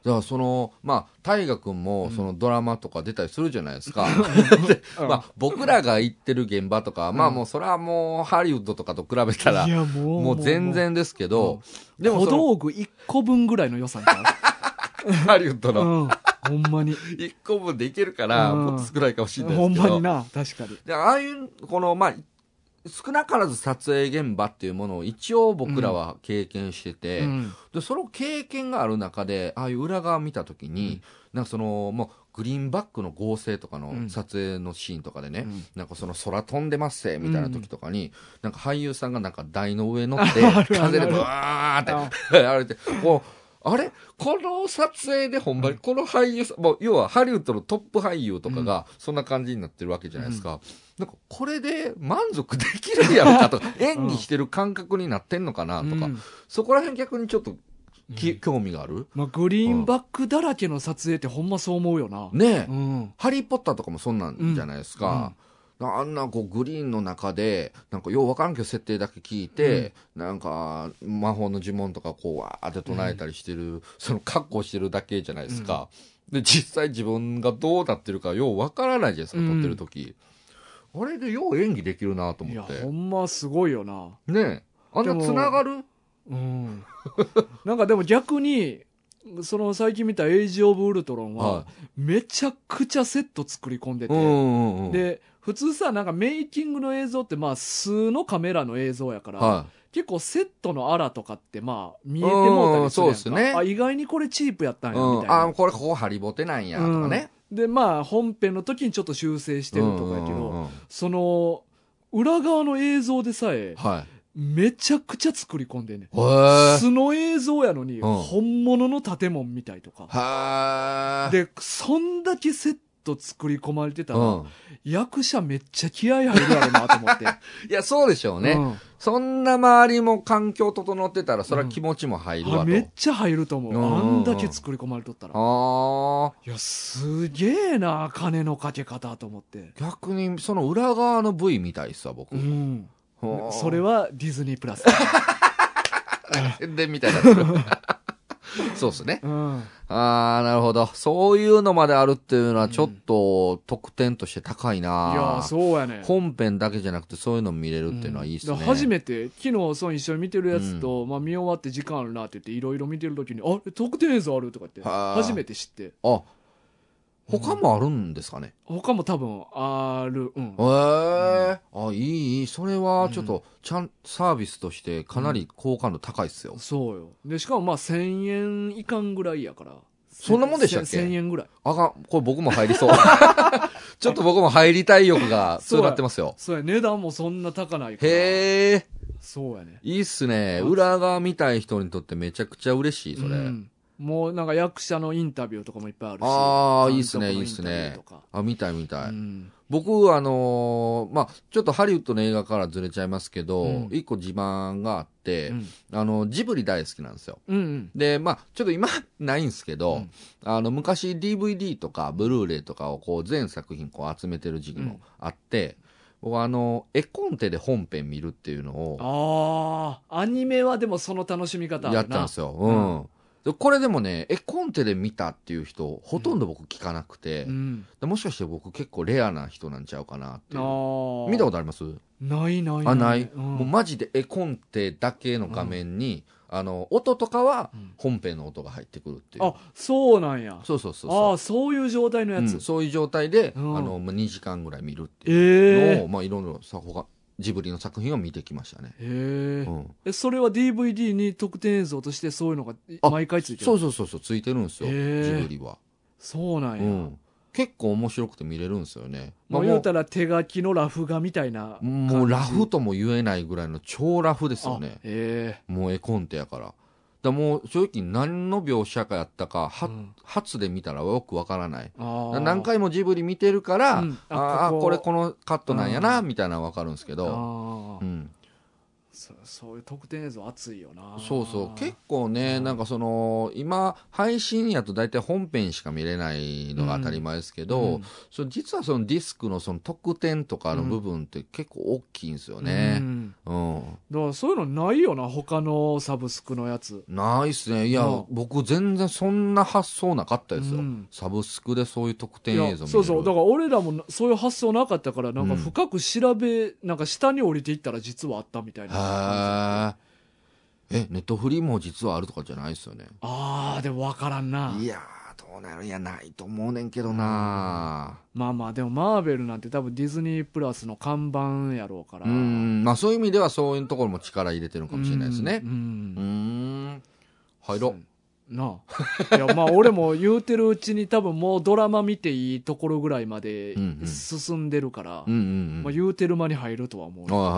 S2: だからその、まあ、大河君
S1: う
S2: も
S1: ん
S2: そのドラマとか出たりするじゃないですか。
S1: うん
S2: まあ、僕らが行ってる現場とか、まあ
S1: うん
S2: もうそれはもうハリウッドとかと比べたら
S1: い、やもう
S2: もう全然ですけど、でも
S1: 小
S2: その
S1: 道具1個分ぐらいの予算 か、
S2: ハリウッド
S1: う
S2: の
S1: ん、ほん まに
S2: 1個分でいけるから、
S1: うん
S2: もっと少ないかもしれないで
S1: ほ
S2: す
S1: ん
S2: け
S1: ま
S2: ど。
S1: にな確かに
S2: でああいう、この、まあ、少なからず撮影現場っていうものを一応僕らは経験してて、
S1: うん
S2: でその経験がある中でああいう裏側見た時に、なんかそのもうグリーンバックの合成とか
S1: う
S2: の
S1: ん
S2: 撮影のシーンとかでね、
S1: うん
S2: なんかその空飛んでますぜみたいな時とかに、なんか俳優さんがなんか台の上乗っ て
S1: あるある
S2: 風でブワーって
S1: あ
S2: あれてこうあれこの撮影でほんまにこの俳優さん、もう要はハリウッドのトップ俳優とかがそんな感じになってるわけじゃないですか。なんかこれで満足できるやろ かとか、演技してる感覚になってんのかなとか、
S1: うん
S2: そこら辺逆にちょっとき、
S1: うん
S2: 興味がある
S1: まあ、グリーンバックだらけの撮影ってほんまそう思うよな、
S2: ねえ、
S1: うん
S2: ハリー・ポッターとかもそんなんじゃないですか。あんなこうグリーンの中で、なんかようわからんけど設定だけ聞いて、なんか魔法の呪文とかこうわーって唱えたりしてる、その格好してるだけじゃないですか。で、実際自分がどうなってるかようわからないじゃないですか、
S1: うん
S2: 撮ってる時。あれでよう演技できるなと
S1: い
S2: 思
S1: や
S2: って。
S1: ほんますごいよな
S2: ねえ。あんな繋がる
S1: うん、 なんかでも逆にその最近見た「エイジ・オブ・ウルトロン」は
S2: は
S1: めちゃくちゃセット作り込んで
S2: い。う
S1: て、
S2: んうんうん。、
S1: で普通さなんかメイキングの映像ってまあ素のカメラの映像やから、
S2: は
S1: 結構セットのアラとかってまあ見えてもうたりするやんか
S2: うんそうっすね
S1: あ意外にこれチープやったん
S2: い。
S1: や
S2: う
S1: み
S2: ん
S1: たい。な、
S2: あ、これここハリボテなんや、とかね。
S1: でまあ本編の時にちょっと修正してるとかやけど、
S2: うんうんうんうん
S1: その裏側の映像でさえ
S2: はい。
S1: めちゃくちゃ作り込んでんねん
S2: へー
S1: 素の映像やのに、
S2: うん
S1: 本物の建物みたいとか。
S2: はー
S1: で、そんだけセット作り込まれてたら、
S2: うん
S1: 役者めっちゃ気合い入るやろなと思って。
S2: いや、そうでし ょうね。
S1: う
S2: そんな周りも環境整ってたら、そりゃ気持ちも入る
S1: んあ
S2: わと。
S1: めっちゃ入ると思う。
S2: うんうんうん
S1: あんだけ作り込まれとったら。
S2: あ
S1: いや、すげえな、金のかけ方と思って。
S2: ー逆に、その裏側の部位みたいっすわ、僕。
S1: うん。
S2: はー
S1: それはディズニープラス。
S2: 宣伝みたいになってる。 そうですね。
S1: うん。
S2: ああ、なるほど。そういうのまであるっていうのは、ちょっと得点として高い
S1: いや
S2: な、
S1: そうやね
S2: 本編だけじゃなくて、そういうのも見れるっていうのはいいですね。
S1: だから初めて昨日その一緒に見てるやつと、まあ、見終わって時間あるなって言っていろいろ見てる時に「あれ特典映像ある?」とか言って
S2: はあ
S1: 初めて知って
S2: あ、他もあるんですかね。
S1: 他も多分あるうん
S2: へえあ、いいいい、それはちょっと、ちゃん、サービスとしてかなり好感度高いっすよ。
S1: そうよでしかもまあ1000円いかんぐらいやから
S2: そんなもんでしたっけ
S1: 1000円ぐらい
S2: あかん、これ僕も入りそう。 ちょっと僕も入りたい欲が強なってますよ。
S1: そうや値段もそんな高ないから
S2: へえ、
S1: そうやね
S2: いいっすね。裏側見たい人にとってめちゃくちゃ嬉しい、それ。
S1: うんもうなんか役者のインタビューとかもいっぱいあるし
S2: あー
S1: 監督の
S2: いいっすね
S1: インタビューとか
S2: あ、見たい見たい。
S1: うん
S2: 僕、あのーまあ、ちょっとハリウッドの映画からずれちゃいますけど、
S1: うん
S2: 一個自慢があって、
S1: うん
S2: あの、ジブリ大好きなんですよ。
S1: うんうん
S2: で、まあ、ちょっと今、 ないんですけど、
S1: うん
S2: あの、昔 DVD とか、ブルーレイとかをこう、全作品こう集めてる時期もあって、僕はあの、絵コンテで本編見るっていうのを
S1: ああアニメはでもその楽しみ方ある
S2: や
S1: な
S2: ったんですよ。
S1: う
S2: うん。でこれでもね、絵コンテで見たっていう人、ほとんど僕聞かなくて、
S1: うん
S2: でもしかして僕結構レアな人なんちゃうかなっていう。
S1: 見
S2: 見たことあります
S1: ないない
S2: あない、
S1: うん
S2: もうマジで絵コンテだけの画面に、あの音とかは
S1: うん
S2: 本編の音が入ってくるっていう、
S1: あそうなんや
S2: そうそうそう
S1: あ
S2: そ
S1: あそういう状態の
S2: う
S1: や
S2: うん
S1: つ、
S2: そういう状態で、
S1: うん
S2: あのまあ2時間ぐらい見るっていうのを、
S1: え
S2: まあ、いろいろさほかジブリの作品を見てきましたね、
S1: えへ
S2: う
S1: え
S2: ん、
S1: えそれは DVD に特典映像としてそういうのが
S2: あ
S1: 毎回ついてる
S2: そうそうそうそうついてるんですよ、
S1: へー
S2: ジブリは、
S1: そうな
S2: うん
S1: や、
S2: ん、結構面白くて見れるんですよね、
S1: まあ、
S2: あ、
S1: 言
S2: も
S1: うたら手書きのラフ画みたいな
S2: うもうラフとも言えないぐらいの超ラフですよね
S1: あえ
S2: もう絵コンテやからだからもう正直何の描写かやったか
S1: え
S2: は初で見たらよくわからない。
S1: ああ
S2: 何回もジブリ見てるから、
S1: うん
S2: ああ
S1: こ
S2: こ
S1: こ
S2: れこのカットなんやな、
S1: う
S2: みたいなのわかるんですけど、
S1: ああ、
S2: うん、
S1: そそういう特典映像熱いよな
S2: そうそう結構
S1: う
S2: ね
S1: ん
S2: なんかその今配信やと大体本編しか見れないのが当たり前ですけど、
S1: うん
S2: その実はそのディスクのその特典とかの部分って結構大きいんですよ
S1: う
S2: ね。
S1: ん
S2: うん
S1: だからそういうのないよな他のサブスクのやつ
S2: ないっすねいや、
S1: うん
S2: 僕全然そんな発想なかったですよ、
S1: うん
S2: サブスクでそういう特典映像見れ
S1: い
S2: る
S1: やそうそうだから俺らもなそういう発想なかったからなん
S2: う
S1: か
S2: ん
S1: 深く調べ、なんか下に降りていったら実はあったみたいなあ
S2: へえ。え、ネットフリーも実はあるとかじゃないですよね。
S1: あーでも分からんない
S2: やー、どうなるいや、ないと思うねんけどな
S1: まあまあでもマーベルなんて多分ディズニープラスの看板やろうから
S2: うーん、まあそういう意味ではそういうところも力入れてるのかもしれないですね
S1: うん。
S2: うー
S1: うん
S2: ん。入ろう。
S1: なあいやまあ俺も言うてるうちに多分もうドラマ見ていいところぐらいまで
S2: うんうん
S1: 進んでるから、
S2: うんうんう
S1: まあ、
S2: ん。
S1: 言うてる間に入るとは思う
S2: あ
S1: よ
S2: は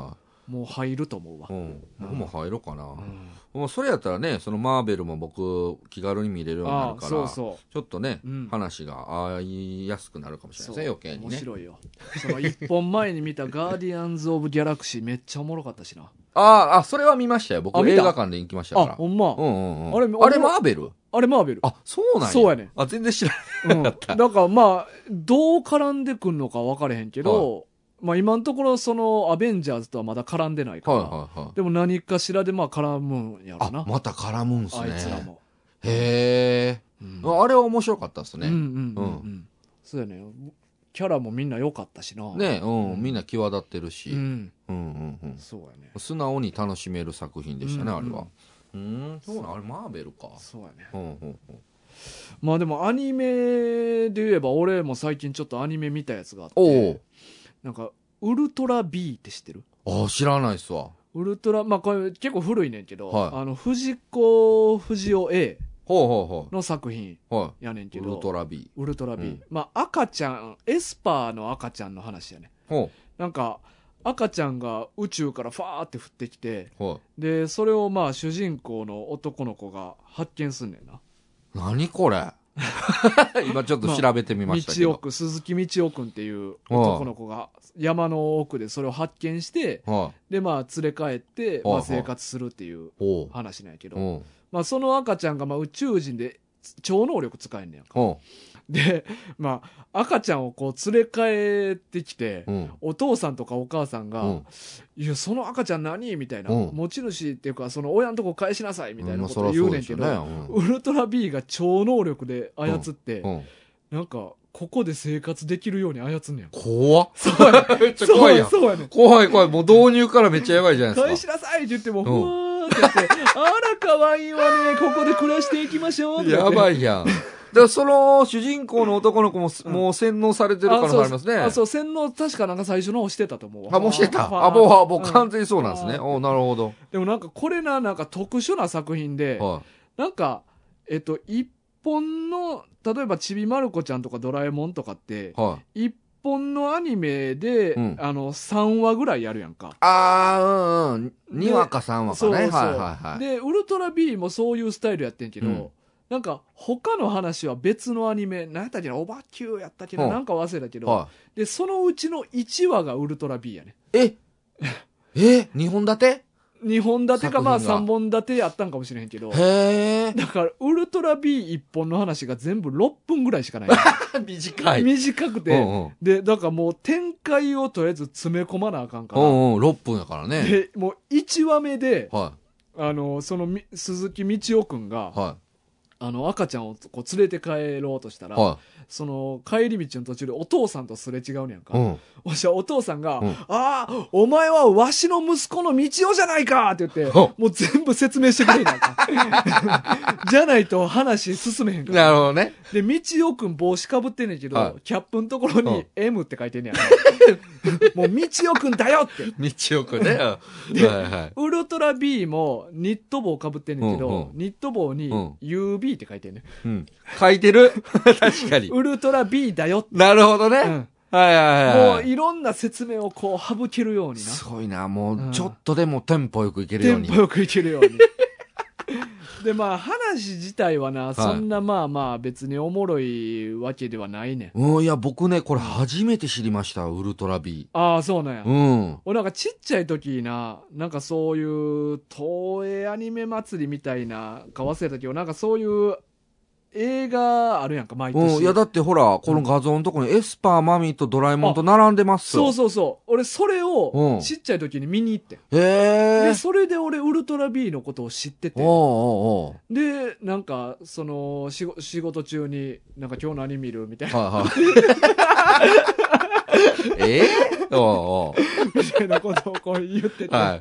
S2: いは
S1: もう入ると思うわ
S2: いはい。うん。僕も入ろうかな。
S1: うん
S2: もうそれやったらね、そのマーベルも僕、気軽に見れるようにな
S1: あ
S2: る
S1: あ
S2: から、
S1: そうそう
S2: ちょっとね、
S1: うん
S2: 話が合いやすくなるかもしれないですね、余計に
S1: 面
S2: ね。
S1: 白いよその一本前に見た「ガーディアンズ・オブ・ギャラクシー」めっちゃおもろかったしな
S2: ああ、あ、それは見ましたよ。僕
S1: あ見た
S2: 映画館で行きました
S1: あ
S2: から。
S1: ほんま、
S2: うんうんうん、
S1: あれ
S2: あれマーベル
S1: あれマーベル、
S2: あ、そうなんや。
S1: そうやねん
S2: あ、全然知らない。
S1: うん、だからまあどう絡んでくんのか分からへんけど、まあ、今のところそのアベンジャーズとはまだ絡んでないから、
S2: はいはいはい。
S1: でも何かしらでまあ絡むんやろ
S2: あ、
S1: なあ,、
S2: また絡むんすね。
S1: いつらも、
S2: へえ、
S1: うん
S2: あれは面白かったっす
S1: うん
S2: ね。
S1: うんうん、うん、そうやねキャラもみんな良かったしな
S2: ね、うん、
S1: うん
S2: みんな際立ってるし、
S1: う
S2: うん、
S1: ん
S2: うんうん
S1: そうやね
S2: 素直に楽しめる作品でしたね、
S1: うん
S2: あれは。うん、そうなん、あれマーベルか。
S1: そうやね
S2: うんうんうん。
S1: まあでもアニメで言えば俺も最近ちょっとアニメ見たやつがあって
S2: お
S1: なんかウルトラ B って知ってる
S2: お、あ、知らないっすわ。
S1: ウルトラまあこれ結構古いねんけど、
S2: はい
S1: あの藤子不二雄 A
S2: ほうほう
S1: の作品
S2: ほう。は
S1: やねん
S2: い。
S1: け
S2: ウ
S1: ど
S2: ルトラ B。
S1: ウルトラ B、
S2: うん
S1: まあ赤ちゃんエスパーの赤ちゃんの話やね
S2: ほ
S1: なんか赤ちゃんが宇宙からファーって降ってきて
S2: う。は。
S1: でそれをまあ主人公の男の子が発見すんねんない
S2: 何これ 今ちょっと調べてみましたけ
S1: 道
S2: ど。
S1: 奥鈴木道夫君っていう男の子が山の奥でそれを発見して
S2: はい。
S1: でまあ連れ帰ってま
S2: はあは
S1: あ
S2: あ
S1: 生活するっていう
S2: ほう。
S1: 話なんやけど
S2: ほう。
S1: まあその赤ちゃんがまあ宇宙人で超能力使えんねやんか
S2: ほ
S1: で、まあ、赤ちゃんをこう連れ帰ってきて、
S2: うん
S1: お父さんとかお母さんが、
S2: うん
S1: いや、その赤ちゃん何みたいな、
S2: うん
S1: 持ち主っていうか、その親のとこ返しなさいみたいな
S2: まあ
S1: こ
S2: そ
S1: と
S2: ら
S1: を
S2: そ
S1: 言う
S2: う
S1: ね
S2: で
S1: ん
S2: す
S1: け
S2: よ
S1: ど、
S2: ね
S1: ウルトラ B が超能力で操って、
S2: うんうん
S1: なんか、ここで生活できるように操んねん。
S2: 怖っ
S1: そうやね
S2: めっちゃ怖いやん
S1: そうやねん。
S2: 怖い怖いもう導入からめっちゃやばいじゃない
S1: 返
S2: です
S1: し
S2: か
S1: なさいって言っても、
S2: ん
S1: ふわーってやって、あら、可愛いわね、ここで暮らしていきましょうって言っ
S2: や
S1: て。
S2: ば いやんだからその主人公の男の子もす
S1: うん
S2: もう洗脳されてる可能性ありますね
S1: あ、そう、洗脳、確かなんか最初の方してたと思うわ
S2: あもうしてた
S1: ファー
S2: あもうあもう
S1: うん
S2: 完全にそうなんですね
S1: ファ
S2: おなるほど
S1: でもなんか、これな、なんか特殊な作品で、
S2: は
S1: なんか、えっと、一本の、例えば、ちびまる子ちゃんとかドラえもんとかって
S2: い、はい
S1: 一本のアニメで、
S2: うん
S1: あの、3話ぐらいやるやんか。
S2: ああ、うんうん。にわかさんわか
S1: そう
S2: ね。
S1: そ
S2: は
S1: う
S2: いはいはい。
S1: で、ウルトラ B もそういうスタイルやってんけど、
S2: うん
S1: なんか、他の話は別のアニメ、何やったっけな、オバキューやったっけな、
S2: うん
S1: なんか忘れたけど、
S2: は
S1: で、そのうちの1話がウルトラ B やね。
S2: い、ええ二本立て
S1: 2本立てか、まあ
S2: 作品が
S1: 3本立てやったんかもしれへんけど、
S2: へえ。
S1: だから、ウルトラ B1 本の話が全部6分ぐらいしかない。
S2: 短。
S1: 短く
S2: う
S1: て、
S2: んうん。
S1: で、だからもう展開をとりあえず詰め込まなあかんか
S2: う
S1: ら、
S2: んうん、6分やからね。
S1: で、もう1話目で、
S2: は
S1: あの、そのみ鈴木道夫くんが
S2: い。、は
S1: あの、赤ちゃんをこう連れて帰ろうとした
S2: い。
S1: ら、
S2: は
S1: その帰り道の途中でお父さんとすれ違うねやんか。
S2: い。うん。
S1: おしゃお父さんが、
S2: うん
S1: ああ、お前はわしの息子の道夫じゃないかって言って、
S2: ほ
S1: もう全部説明してくれんやんか。 じゃないと話進めへんから。
S2: なるほどね。
S1: で、道夫くん帽子かぶってんねんけど、
S2: はい
S1: キャップのところ
S2: う
S1: に
S2: ん
S1: M って書いてんねやんか。 もう道夫くんだよって。
S2: 道をくね。 はいは
S1: ウルトラ B もニット帽かぶってんねんけど、
S2: うんうん
S1: ニット帽に
S2: うん
S1: UB って書いてんねん。
S2: い。うん。書いてる 確かに。
S1: ウルトラ B だよって。
S2: なるほど
S1: う
S2: ね。
S1: ん
S2: はいはい
S1: も
S2: は
S1: う
S2: い。
S1: いろんな説明をこう省けるようにな。
S2: すごいな。も
S1: うん
S2: う、ちょっとでもテンポよくいける
S1: テ
S2: よう
S1: ン
S2: に
S1: ポ。よくいけるよ うに。で、まあ話自体はな、そんなまあまあ別におもろいわけではないねん。
S2: うん、いや、僕ね、これ初めて知りました。ウルトラ B。
S1: ああ、そうなんや。
S2: うん。
S1: 俺なんかちっちゃい時な、なんかそういう東映アニメ祭りみたいな、か忘れたけど、なんかそういう映画あるやんか、毎年。
S2: うん、いや、だってほら、この画像のとこにエスパー、マミーとドラえもんと並んでますよ。
S1: そうそうそう。俺それ
S2: う
S1: を
S2: ん
S1: ちっちゃい時に見に行ってん。
S2: へえ
S1: で、。それで俺ウルトラ B のことを知ってて。
S2: おうおう
S1: で、なんか、その、仕事仕事中に、なんか今日何見るみたい
S2: おう。 はいはい。えー、おうお
S1: な、みたいなことをこう言ってて。
S2: う。は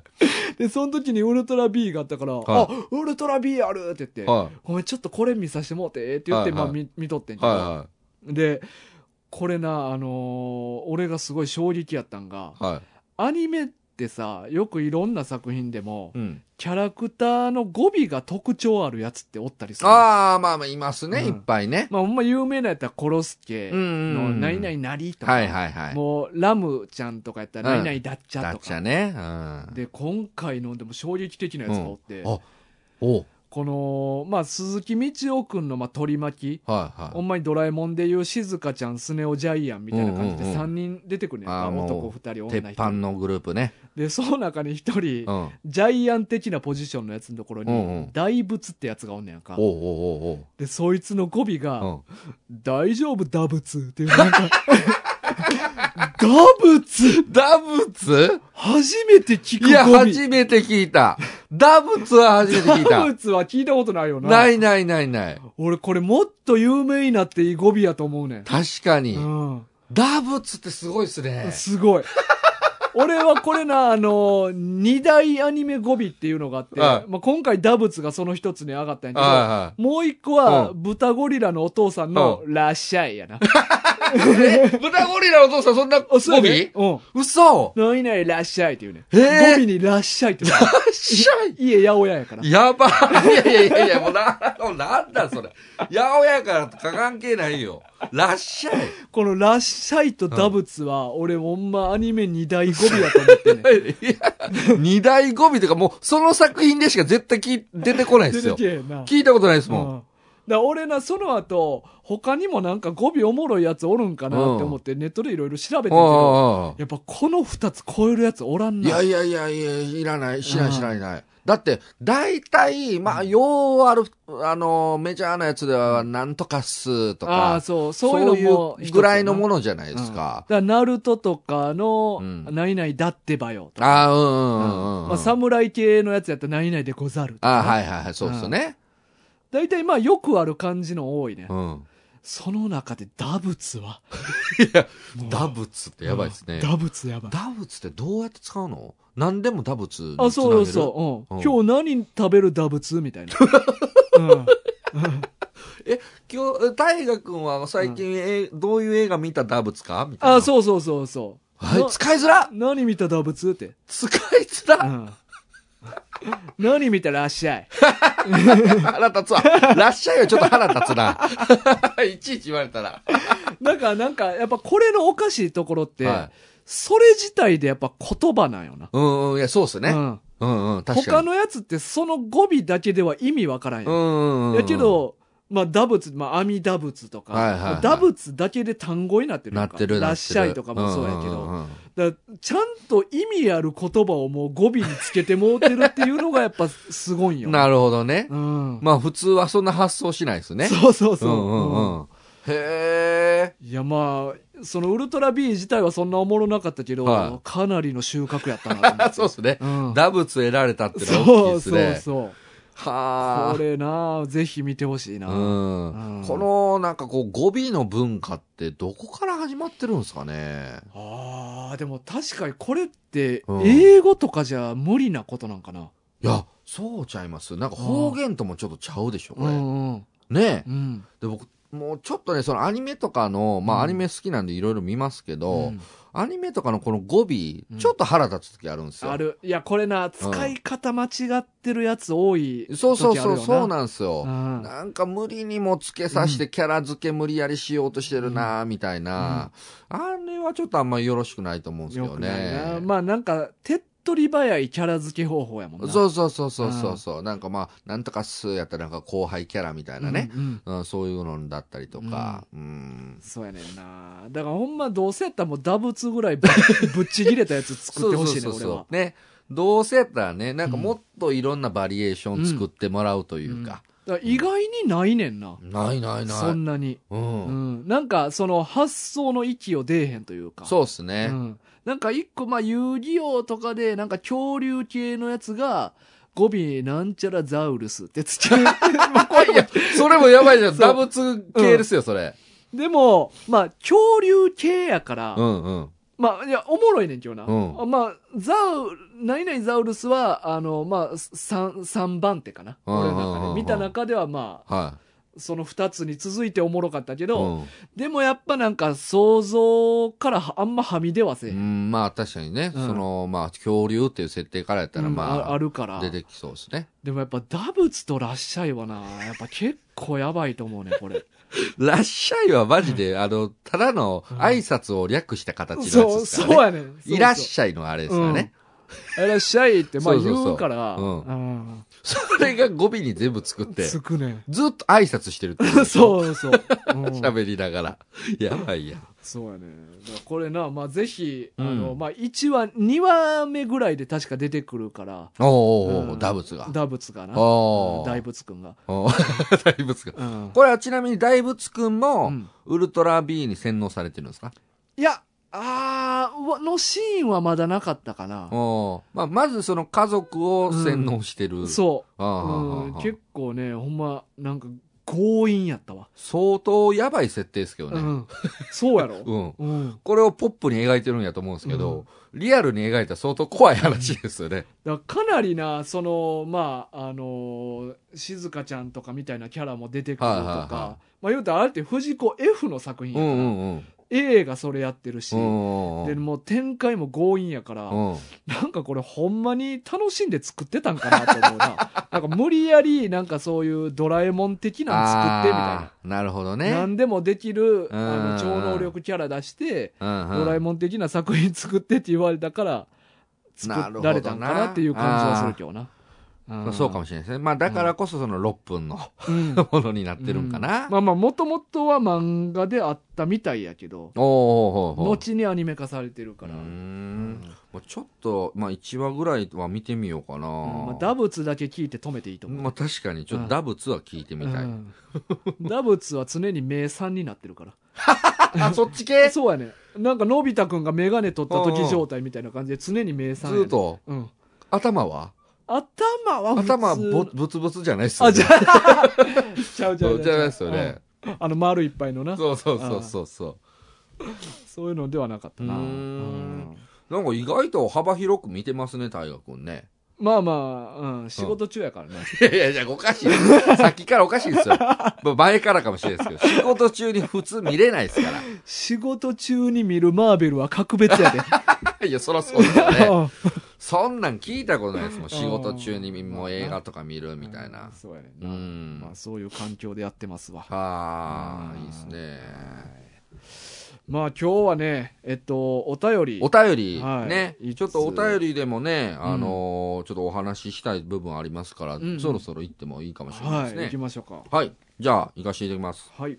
S1: で、その時にウルトラ B があったから、あ、ウルトラ B あるって言って、
S2: い。は
S1: ごめん、ちょっとこれ見させてもうて、って言って、
S2: はいはい
S1: まあ見、見とってん
S2: い。
S1: けど、
S2: は
S1: で、これな、あのー俺がすごい衝撃やったんが、
S2: い。はい。
S1: アニメってさ、よくいろんな作品でも
S2: う、ん。
S1: キャラクターの語尾が特徴あるやつっておったりする。
S2: ああ、まあまあ、いますね、
S1: うん
S2: いっぱいね。
S1: まあ、ほんま有名なやったら、コロスケ
S2: うんうん
S1: の、
S2: うん
S1: 何々なりとか、
S2: はいはいはい。
S1: もう、ラムちゃんとかやったら、
S2: うん
S1: 何々だっちゃ
S2: だ
S1: と
S2: っ
S1: か。
S2: ちゃね。うん。
S1: で、今回の、でも衝撃的なやつがおって、
S2: うんあおう
S1: この、まあ、鈴木道夫くんの、まあ、取り巻き、
S2: はいはい。
S1: ほんまにドラえもんでいう静香ちゃん、スネ夫ジャイアンみたいな感じ
S2: うんうん
S1: で
S2: うん
S1: 3人出てくるねんか、
S2: あーもう
S1: 男2人、
S2: 鉄
S1: 女
S2: 板
S1: 1
S2: のグループね。
S1: 人。で、その中に1
S2: う
S1: 人、
S2: ん。
S1: ジャイアン的なポジションのやつのところに、
S2: うんうん
S1: 大仏ってやつがおんねやんか。
S2: おうおうおう
S1: で、そいつの語尾が、
S2: おう。
S1: 大丈夫、ダブツっていう、なんか、 ダブツ
S2: うん。ダブツ
S1: 初めて聞く
S2: いや、
S1: 語尾。
S2: 初めて聞いた。ダブツは初めて聞い
S1: ダ
S2: た
S1: ブ。ツは聞いたことないよな。
S2: ないないないない。
S1: 俺これもっと有名になっていい語尾やと思うねん。
S2: 確かに。
S1: うん。
S2: ダブツってすごいっすね。
S1: すごい。俺はこれな、あの、二大アニメ語尾っていうのがあって、
S2: はい
S1: まあ、今回ダブツがその一つに上がったんやけど、
S2: は
S1: もう一個は、
S2: う
S1: 豚ゴリラのお父さんの、
S2: う
S1: らっしゃいやな。
S2: いはい。え、豚ゴリラのお父さんそんな 語
S1: あそうや
S2: 尾
S1: ねうん。
S2: 嘘
S1: 何々らっしゃいっていうね。
S2: へえ
S1: 語尾にらっしゃいって。らっ
S2: らっしゃい
S1: 家八百屋やから。
S2: やばいやいやいやいや、もうな、なんだそれ。やおやからとか関係ないよ。らっしゃい。
S1: このらっしゃいとダブツは、俺ほんまアニメ二大語尾やと思ってね。
S2: いや、二大語尾というかもうその作品でしか絶対聞い出てこないで
S1: 出
S2: す
S1: て
S2: よ。
S1: けえな。
S2: 聞いたことないですもん。
S1: うんだから俺な、その後、他にもなんか語尾おもろいやつおるんかなって思って、ネットでいろいろ調べてんけど、
S2: あ
S1: やっぱこの二つ超えるやつおらん
S2: あ。
S1: な。
S2: いやいやいやいや、いらない、しな
S1: う
S2: い
S1: ん
S2: しないしない。だって、大体、まあ、ようある、あの、メジャーなやつでは、なんとかっすと
S1: ああ、
S2: か、
S1: そう、そ
S2: そうう
S1: いう
S2: い
S1: のも
S2: うぐらいのも
S1: の
S2: のじゃないですか。
S1: だからナルトとかの、
S2: うん
S1: 何々だってばよとか。
S2: ああ、うんうんうんうん。
S1: まあ、侍系のやつやったら何々でござると
S2: あ
S1: か
S2: あ、はいはいはい、そうですよね。
S1: 大体まあよくある感じの多いね。
S2: うん。
S1: その中でダブツは。もう
S2: ダブツってやばいですね。
S1: ダブツやばい。
S2: ダブツってどうやって使うの何でもダブツにつなげる
S1: あ、そうそう。うん。
S2: うん
S1: 今日何食べるダブツみた いな。うん。
S2: 今日、大河君は最近、えどういう映画見たダブツかみたいな。
S1: あ、そうそうそうそう。
S2: はい、
S1: な
S2: 使いづら
S1: 何見たダブツって。
S2: 使いづら
S1: うん。何見たらっしゃい。
S2: 腹立つわ。らっしゃいよ、ちょっと腹立つな。 いちいち言われたら。
S1: なんか、なんか、やっぱこれのおかしいところって、
S2: はい
S1: それ自体でやっぱ言葉なんよな。
S2: うんうん、いや、そうっす
S1: う
S2: ね。
S1: ん。
S2: うんうん、確か
S1: 他
S2: に。
S1: のやつってその語尾だけでは意味わからんよ。
S2: うんうんうん。
S1: やけ、ど、まあ、打仏、まあ、網打仏とか、
S2: はいはいはい
S1: 打仏だけで単語になってる
S2: な
S1: やん
S2: っ
S1: か
S2: てるなってる。
S1: らっしゃいとかもそうやけど、
S2: んんうん
S1: だからちゃんと意味ある言葉をもう語尾につけてもうてるっていうのがやっぱすごいん
S2: う
S1: よ。
S2: んなるほどね。
S1: うん。
S2: まあ、普通はそんな発想しないですね。
S1: そうそうそう。
S2: んうん
S1: うん
S2: うん。へえ。
S1: いやまあ、そのウルトラ B 自体はそんなおもろなかったけど、
S2: はい
S1: かなりの収穫やったなと思っ て。
S2: そうっすね。
S1: うん
S2: ダブツ得られたってのは大きい
S1: そうそ
S2: です
S1: う
S2: ね。
S1: そう。
S2: はあ
S1: こ。れなあ、ぜひ見てほしいな。
S2: うん
S1: うん
S2: このなんかこう語尾の文化ってどこから始まってるんですかね
S1: ああ、でも確かにこれって
S2: うん、
S1: 英語とかじゃ無理なことなんかな。
S2: いやそうちゃいますなんか方言ともちょっとちゃうでしょこ
S1: う
S2: れ、
S1: んうん。
S2: ねえ
S1: うん。
S2: で僕もうちょっとねそのアニメとかのま
S1: う
S2: あ
S1: ん
S2: アニメ好きなんでいろいろ見ますけど、
S1: うん
S2: アニメとかのこの語尾ちょっと腹立つ時あるんですよ、
S1: ある。いや、これな、使い方間違ってるやつ多い時あるよな。
S2: そうそうそうそうなんですよ、
S1: うん
S2: なんか無理にもつけさせてキャラ付け無理やりしようとしてるなみたいな、あれはちょっとあんまりよろしくないと思うんですけ
S1: よ
S2: ど
S1: く
S2: ね
S1: ないな。まあなんか、手っ取り早いキャラ付け方法やもんな。
S2: そううそうそうそうそうそう、なんかまあなんとかっすやったらなんか後輩キャラみたいなね、
S1: んうん
S2: うんそういうのだったりとか、うん、
S1: そうやねんな。だからほんまどうせやったらもうダブツぐらいぶ ぶっちぎれたやつ作ってほしいね、
S2: そうそう
S1: 俺
S2: そう
S1: は。
S2: ねどうせやったらねなんかもっといろんなバリエーション作ってもらうというか、
S1: だから意外にないねんな。
S2: ないないない
S1: そんなに。
S2: う、
S1: うんん。なんかその発想の域を出えへんというか。
S2: そうっすね、
S1: うん、なんか一個まあ遊戯王とかでなんか恐竜系のやつが語尾なんちゃらザウルスってつけ る
S2: いやそれもやばいじゃん
S1: そう
S2: ダブツ系ですよそれ、
S1: でもまあ恐竜系やから、
S2: うん、うん
S1: まあいやおもろいねんけどな、
S2: うん
S1: あまあザウ何々ザウルスはあのまあ 3, 3番手かな、
S2: うん
S1: 俺の中
S2: うん
S1: で見た中ではまあ
S2: は
S1: その2つに続いておもろかったけ
S2: い
S1: ど、
S2: うん
S1: でもやっぱなんか想像からはあんまはみ出はせえへ、
S2: うんん、まあ確かにね、
S1: うん
S2: そのまあ恐竜っていう設定からやったら
S1: うん
S2: ま
S1: あ
S2: あ
S1: るから
S2: 出てきそうですね
S1: でもやっぱダブツとラッシャイはな、やっぱ結構やばいと思うね、こ れ。
S2: らっしゃいはマジで、あの、ただの挨拶を略した形のやつ
S1: そ
S2: で
S1: う、
S2: すか
S1: そ
S2: らね。
S1: うやねん。
S2: いらっしゃいのあれですからね。
S1: ゃい。いらっしゃいって、まあ
S2: そうそうそう
S1: 言うから、
S2: うん
S1: うん
S2: それが語尾に全部作って、ず
S1: つくね
S2: っと挨拶してるってこと
S1: ん。
S2: で しょ。
S1: そうそう。うん
S2: 喋りながら。やばいやん。
S1: そうやねん。だからこれな、まあぜひ、あ
S2: う
S1: の、
S2: ん
S1: まあ1話、2話目ぐらいで確か出てくるから、
S2: おーおーお
S1: う
S2: ー、
S1: ん
S2: 大仏が。
S1: ダブツがな。う
S2: お
S1: ん
S2: ー
S1: 大仏くんが。
S2: おー 大仏が。
S1: うん
S2: これはちなみに大仏くん
S1: う
S2: も
S1: ん、
S2: ウルトラ B に洗脳されてるんですか
S1: いや、あーうわのシーンはまだなかったかな。
S2: おーまあ、まずその家族を洗脳してる。
S1: そう。
S2: あーはーは
S1: う
S2: ー
S1: ん
S2: はー
S1: 結構ねほんまなんか強引やったわ、
S2: 相当やばい設定ですけど
S1: う
S2: ね。
S1: ん、そうやろ、
S2: うん。
S1: うん、
S2: これをポップに描いてるんやと思うんですけど、リアルに描いたら相当怖い話ですよね。
S1: だからかなりなそのまああのー静香ちゃんとかみたいなキャラも出てくるとか、
S2: はいはいは
S1: まあ言うたらあれって藤子 F の作品
S2: う
S1: や
S2: ん
S1: から、
S2: うんうん。
S1: A がそれやってるし、
S2: うんうん
S1: でもう展開も強引やから、
S2: うん
S1: なんかこれほんまに楽しんで作ってたんかなと思う ななんか無理やりなんかそういうドラえもん的なん作ってみたいな
S2: あ。ーなるほどね。
S1: 何でもできる
S2: うん
S1: あの超能力キャラ出して、
S2: うんうん
S1: ドラえもん的な作品作ってって言われたから、作られたんかなっていう感じはするけどな。
S2: そうかもしれないですね。まあだからこそその6分の
S1: れない。
S2: ものになってるんかな。
S1: うんまあまあ、もともとは漫画であったみたいやけど、
S2: おーほうほうほう
S1: 後にアニメ化されてるから。
S2: うー
S1: うん
S2: んもうちょっと、まあ1話ぐらいは見てみようかな。
S1: まあ、ダブツだけ聞いて止めていいと思う。
S2: まあ確かに、ちょっとダブツは聞いてみたい。
S1: うんダブツは常に名産になってるから。
S2: あ、そっち系ず
S1: そうやね。なんか、のび太くんがメガネ取った
S2: うんう
S1: 時
S2: ん
S1: 状態みたいな感じで常に名産やね
S2: ーっ。と。
S1: うん。
S2: 頭は
S1: 頭は普通
S2: 頭はぼ、ぶつぶつじゃないっすよ
S1: あ、
S2: ね。
S1: じゃあ、ちゃうちゃ
S2: そううじゃないっすよね。。
S1: うんあの、丸いっぱいのな。
S2: そうそうそうそうそう。
S1: そういうのではなかったな。
S2: うーん
S1: うん
S2: なんか意外と幅広く見てますね、大河君ね。
S1: まあまあ、うん、仕事中やからね。
S2: いやいや、じゃあおかしいです。さっきからおかし いですよ。まあ前からかもしれないですけど、仕事中に普通見れないですか
S1: 仕事中に見るマーベルは格別 やで。
S2: ら。いや、そらそうですよね。
S1: うん
S2: そんなん聞いたことないですもん。仕事中にもう映画とか見るみたいな。
S1: そうやねん
S2: う
S1: な。
S2: ん。
S1: まあそういう環境でやってますわ。
S2: はあ
S1: う、ん
S2: いいですね。
S1: まあ今日はね、えっと、お便り。
S2: お便り、
S1: はい
S2: ね
S1: いつ、
S2: ちょっとお便りでもね、あのーちょっとお話ししたい部分ありますから、
S1: んうん
S2: そろそろ行ってもいいかもしれない
S1: はい、行
S2: です
S1: き
S2: ね。
S1: ましょうか。
S2: はい、じゃあ、行かせていただきます。
S1: はい。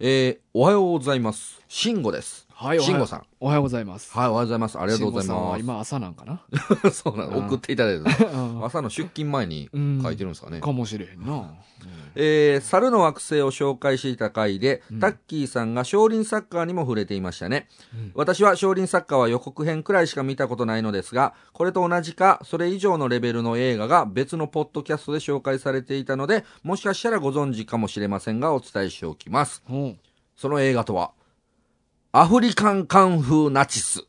S2: えー、おはようございます。慎吾です。
S1: はい、おは
S2: 慎
S1: よう
S2: 吾さん。
S1: おはようございます。
S2: はい、おはようございます。あ
S1: あ
S2: りがとうござい
S1: は
S2: ま
S1: 今朝なんかな。
S2: す。 そうなの、送っていただいた朝の出勤前に
S1: うん
S2: 書いてるんですかね。
S1: かもしれへんな。
S2: えー、猿の惑星を紹介していた回で、タッキーさんが少林サッカーにも触れていましたね。私は少林サッカーは予告編くらいしか見たことないのですが、これと同じか、それ以上のレベルの映画が別のポッドキャストで紹介されていたので、もしかしたらご存知かもしれませんが、お伝えしておきます。
S1: うん。
S2: その映画とは、アフリカンカンフーナチス。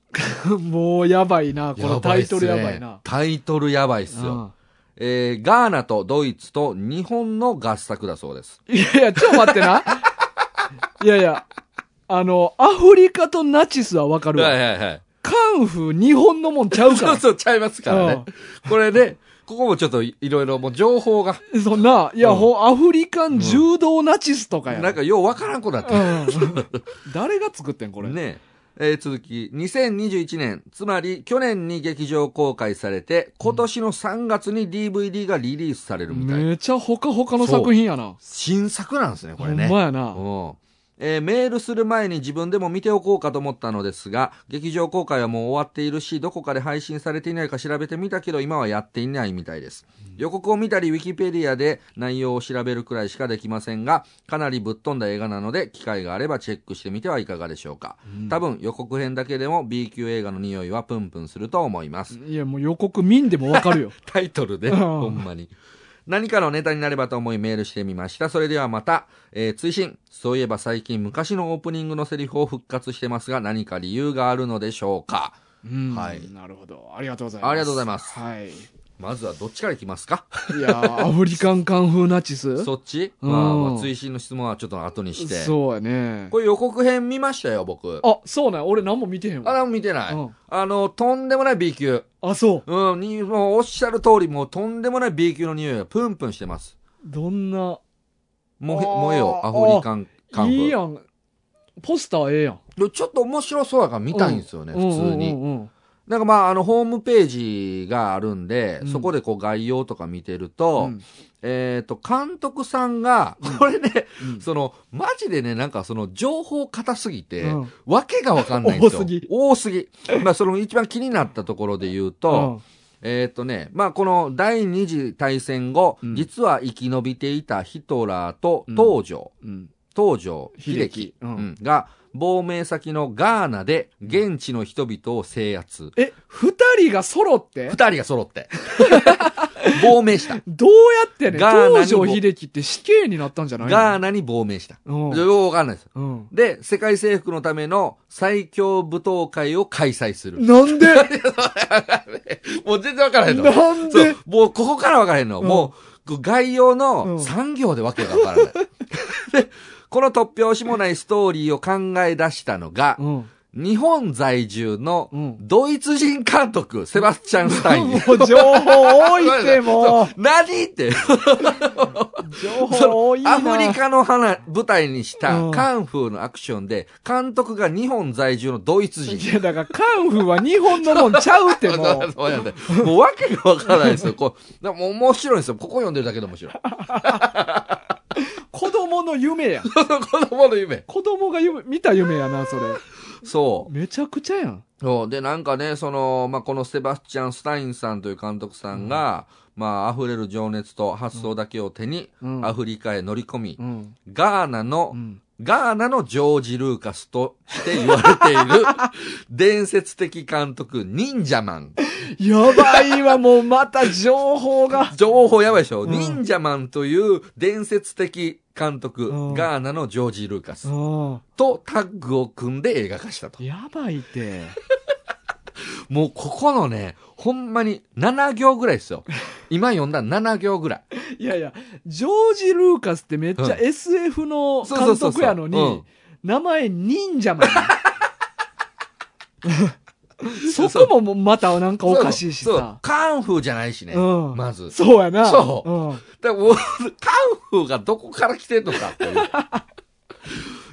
S1: もうやばいな。このタイトルやばい
S2: やばっすね
S1: な。
S2: タイトルやばいっすよ。えー、ガーナとドイツと日本の合作だそうです。
S1: うんいやいや、ちょっと待ってな。いやいや、あの、アフリカとナチスはわかるわ。
S2: はいはい。
S1: カンフー日本のもんちゃうか
S2: そう
S1: ら。
S2: そう、ちゃいますからね。これね、ここもちょっといろいろもう情報が、
S1: そんな、いや、
S2: うん
S1: ほん、アフリカン柔道ナチスとかや。
S2: なんかようわからんくなって
S1: うん、誰が作ってんこれ。
S2: ねえー続き、2021年、つまり去年に劇場公開されて、今年の3月に DVD がリリースされるみたい。
S1: めちゃほかほかの作品やな。
S2: 新作なんですね、こ
S1: ほ
S2: れ
S1: ん
S2: ね。
S1: まやな。
S2: うんえーメールする前に自分でも見ておこうかと思ったのですが、劇場公開はもう終わっているし、どこかで配信されていないか調べてみたけど、今はやっていないみたいです。予告を見たり、ウィキペディアで内容を調べるくらいしかできませんが、かなりぶっ飛んだ映画なので、機会があればチェックしてみてはいかがでしょうか。多分予告編だけでも B 級映画の匂いはプンプンすると思います。
S1: いや、もう予告見んでもわかるよ。
S2: タイトルで、
S1: うん
S2: ほんまに。何かのネタになればと思いメールしてみました。それではまた、えー追伸。そういえば最近昔のオープニングのセリフを復活してますが、何か理由があるのでしょうか
S1: うん
S2: はい
S1: なるほど。ありがとうございます。
S2: ありがとうございます
S1: はい。い
S2: まずはどっちからいきますか
S1: やー、アフリカンカンフーナチス
S2: そっち、
S1: うん
S2: まあ、まあ追伸の質問はちょっと後にして。
S1: そうやね。
S2: これ予告編見ましたよ、僕。あ、
S1: あ、そうなん俺何も見てへんわ。
S2: でも見てない。
S1: うん
S2: あの、とんでもない B 級。
S1: あ、そう。
S2: うん、に、もうおっしゃる通り、もうとんでもない B 級の匂いがプンプンしてます。
S1: どんな、
S2: も
S1: あ
S2: へ、
S1: ー
S2: もえよ、アフリカンカンフー。
S1: いいやん。ポスターええやん。
S2: でちょっと面白そうやから見たいんですよね、普通
S1: うん
S2: に。
S1: うんうん
S2: なんかまあ、あの、ホームページがあるんで、
S1: うん
S2: そこでこう概要とか見てる
S1: う
S2: と、
S1: ん。
S2: えっ、と、監督さんが、これね、
S1: うん
S2: その、マジでね、なんかその、情報硬すぎて、
S1: うん
S2: わけがわかんないんですよ。
S1: 多すぎ
S2: 多すぎ。まあ、その一番気になったところで言うと、えっ、とね、まあ、この第二次大戦後、
S1: うん
S2: 実は生き延びていたヒトラーと東条。
S1: うん。うん。
S2: 東条
S1: 秀樹
S2: 秀樹、
S1: うん
S2: うんが亡命先のガーナで現地の人々を制圧。
S1: え、二人が揃って
S2: 二人が揃って。 亡命した。
S1: どうやってね、
S2: ガーナにも
S1: 東条秀樹って死刑になったんじゃないの
S2: ガーナに亡命した。
S1: うん
S2: ようわかんないです。
S1: うん。
S2: で、世界征服のための最強舞踏会を開催する。
S1: なんで
S2: もう全然わからへんの。
S1: なん
S2: そ
S1: で
S2: う、もうここから分からへんの。
S1: うん
S2: もう、こう概要
S1: うん
S2: の産業でわけが 分からない。で、この突拍子もないストーリーを考え出したのが、
S1: うん。
S2: 日本在住
S1: う
S2: の
S1: ん
S2: ドイツ人監督、セバスチャン・スタイン。 。
S1: もう情報多いってもう
S2: 何って。
S1: 情報多いな
S2: アフリカの花舞台にし
S1: う
S2: た
S1: ん
S2: カンフーのアクションで、監督が日本在住のドイツ人
S1: い。や、だからカンフーは日本のもんちゃうっても
S2: そう
S1: う
S2: そうやねもう訳がわからないですよ。こう、でも面白いんですよ。ここ読んでるだけで面白い。
S1: 子供の夢やん。
S2: 子供の夢。
S1: 子供が夢見た夢やな、それ。
S2: そう。
S1: めちゃくちゃやん。
S2: そうで、なんかね、その、まあ、このセバスチャン・スタインさんという監督さんが、まあ、溢れる情熱と発想だけを手に、
S1: うん
S2: アフリカへ乗り込み、
S1: うん。
S2: ガーナの、
S1: うん。
S2: ガーナのジョージ・ルーカスとして言われてい る伝説的監督、忍者マン。
S1: やばいわ、もうまた情報が。
S2: 情報やばいでしょ、
S1: うん
S2: 忍者マンという伝説的監督、
S1: うん
S2: ガーナのジョージ・ルーカス
S1: うん。
S2: とタッグを組んで映画化したと。
S1: やばいって。
S2: もうここのね、ほんまに7行ぐらいで すよ。今読んだ7行ぐらい。
S1: いやいや、ジョージ・ルーカスってめっちゃ
S2: うん
S1: SF の
S2: そうそ
S1: 監
S2: うそうそう
S1: 督やのに、
S2: うん
S1: 名前忍 者まで。そこももうまたなんかおかしいし
S2: そうそう
S1: さ。
S2: カンフーじゃないしね。
S1: うん
S2: まず。
S1: そうやな。
S2: そう
S1: うん。
S2: だからもうカンフーがどこから来てんのか っていう。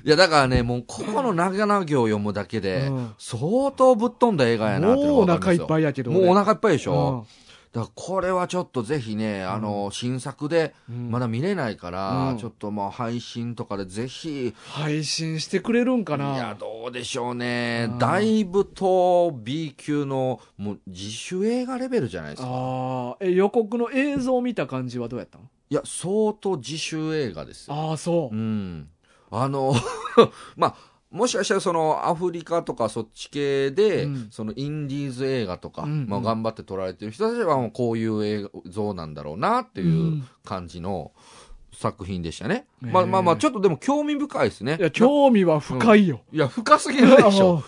S2: いや、だからね、もうここの長々行を読むだけで
S1: うん、
S2: 相当ぶっ飛んだ映画やなってい
S1: もう
S2: の
S1: お
S2: が分か
S1: 腹いっ
S2: るんですよ
S1: ぱいやけど。
S2: もう
S1: 腹
S2: お
S1: いっ
S2: 腹いっぱいでし
S1: ぱ
S2: ょ、だからこれはちょっとぜひね、あの、新作で、
S1: うん
S2: まだ見れないから、
S1: うん
S2: ちょっとまあ配信とかでぜひ、
S1: 配信してくれるんか
S2: いや
S1: な。
S2: どうでしょうね、
S1: うん
S2: だいぶと B 級のもう自主映画レベルじゃないですか
S1: ああ、え、予告の映像を見た感じはどうやったの
S2: いや相当自主映画ですよ
S1: ああ、そうう。
S2: んあの まあもしかしたらそのアフリカとかそっち系で、
S1: うん
S2: そのインディーズ映画とか、
S1: うんうん
S2: まあ、頑張って撮られてる人たちはもうこういう映像なんだろうなって
S1: う
S2: いうん感じの作品でしたね、
S1: へえ
S2: まあまあまあちょっとでも興味深いですね
S1: いや、興味は深いよ。
S2: いや深すぎるでし
S1: あ
S2: ょだか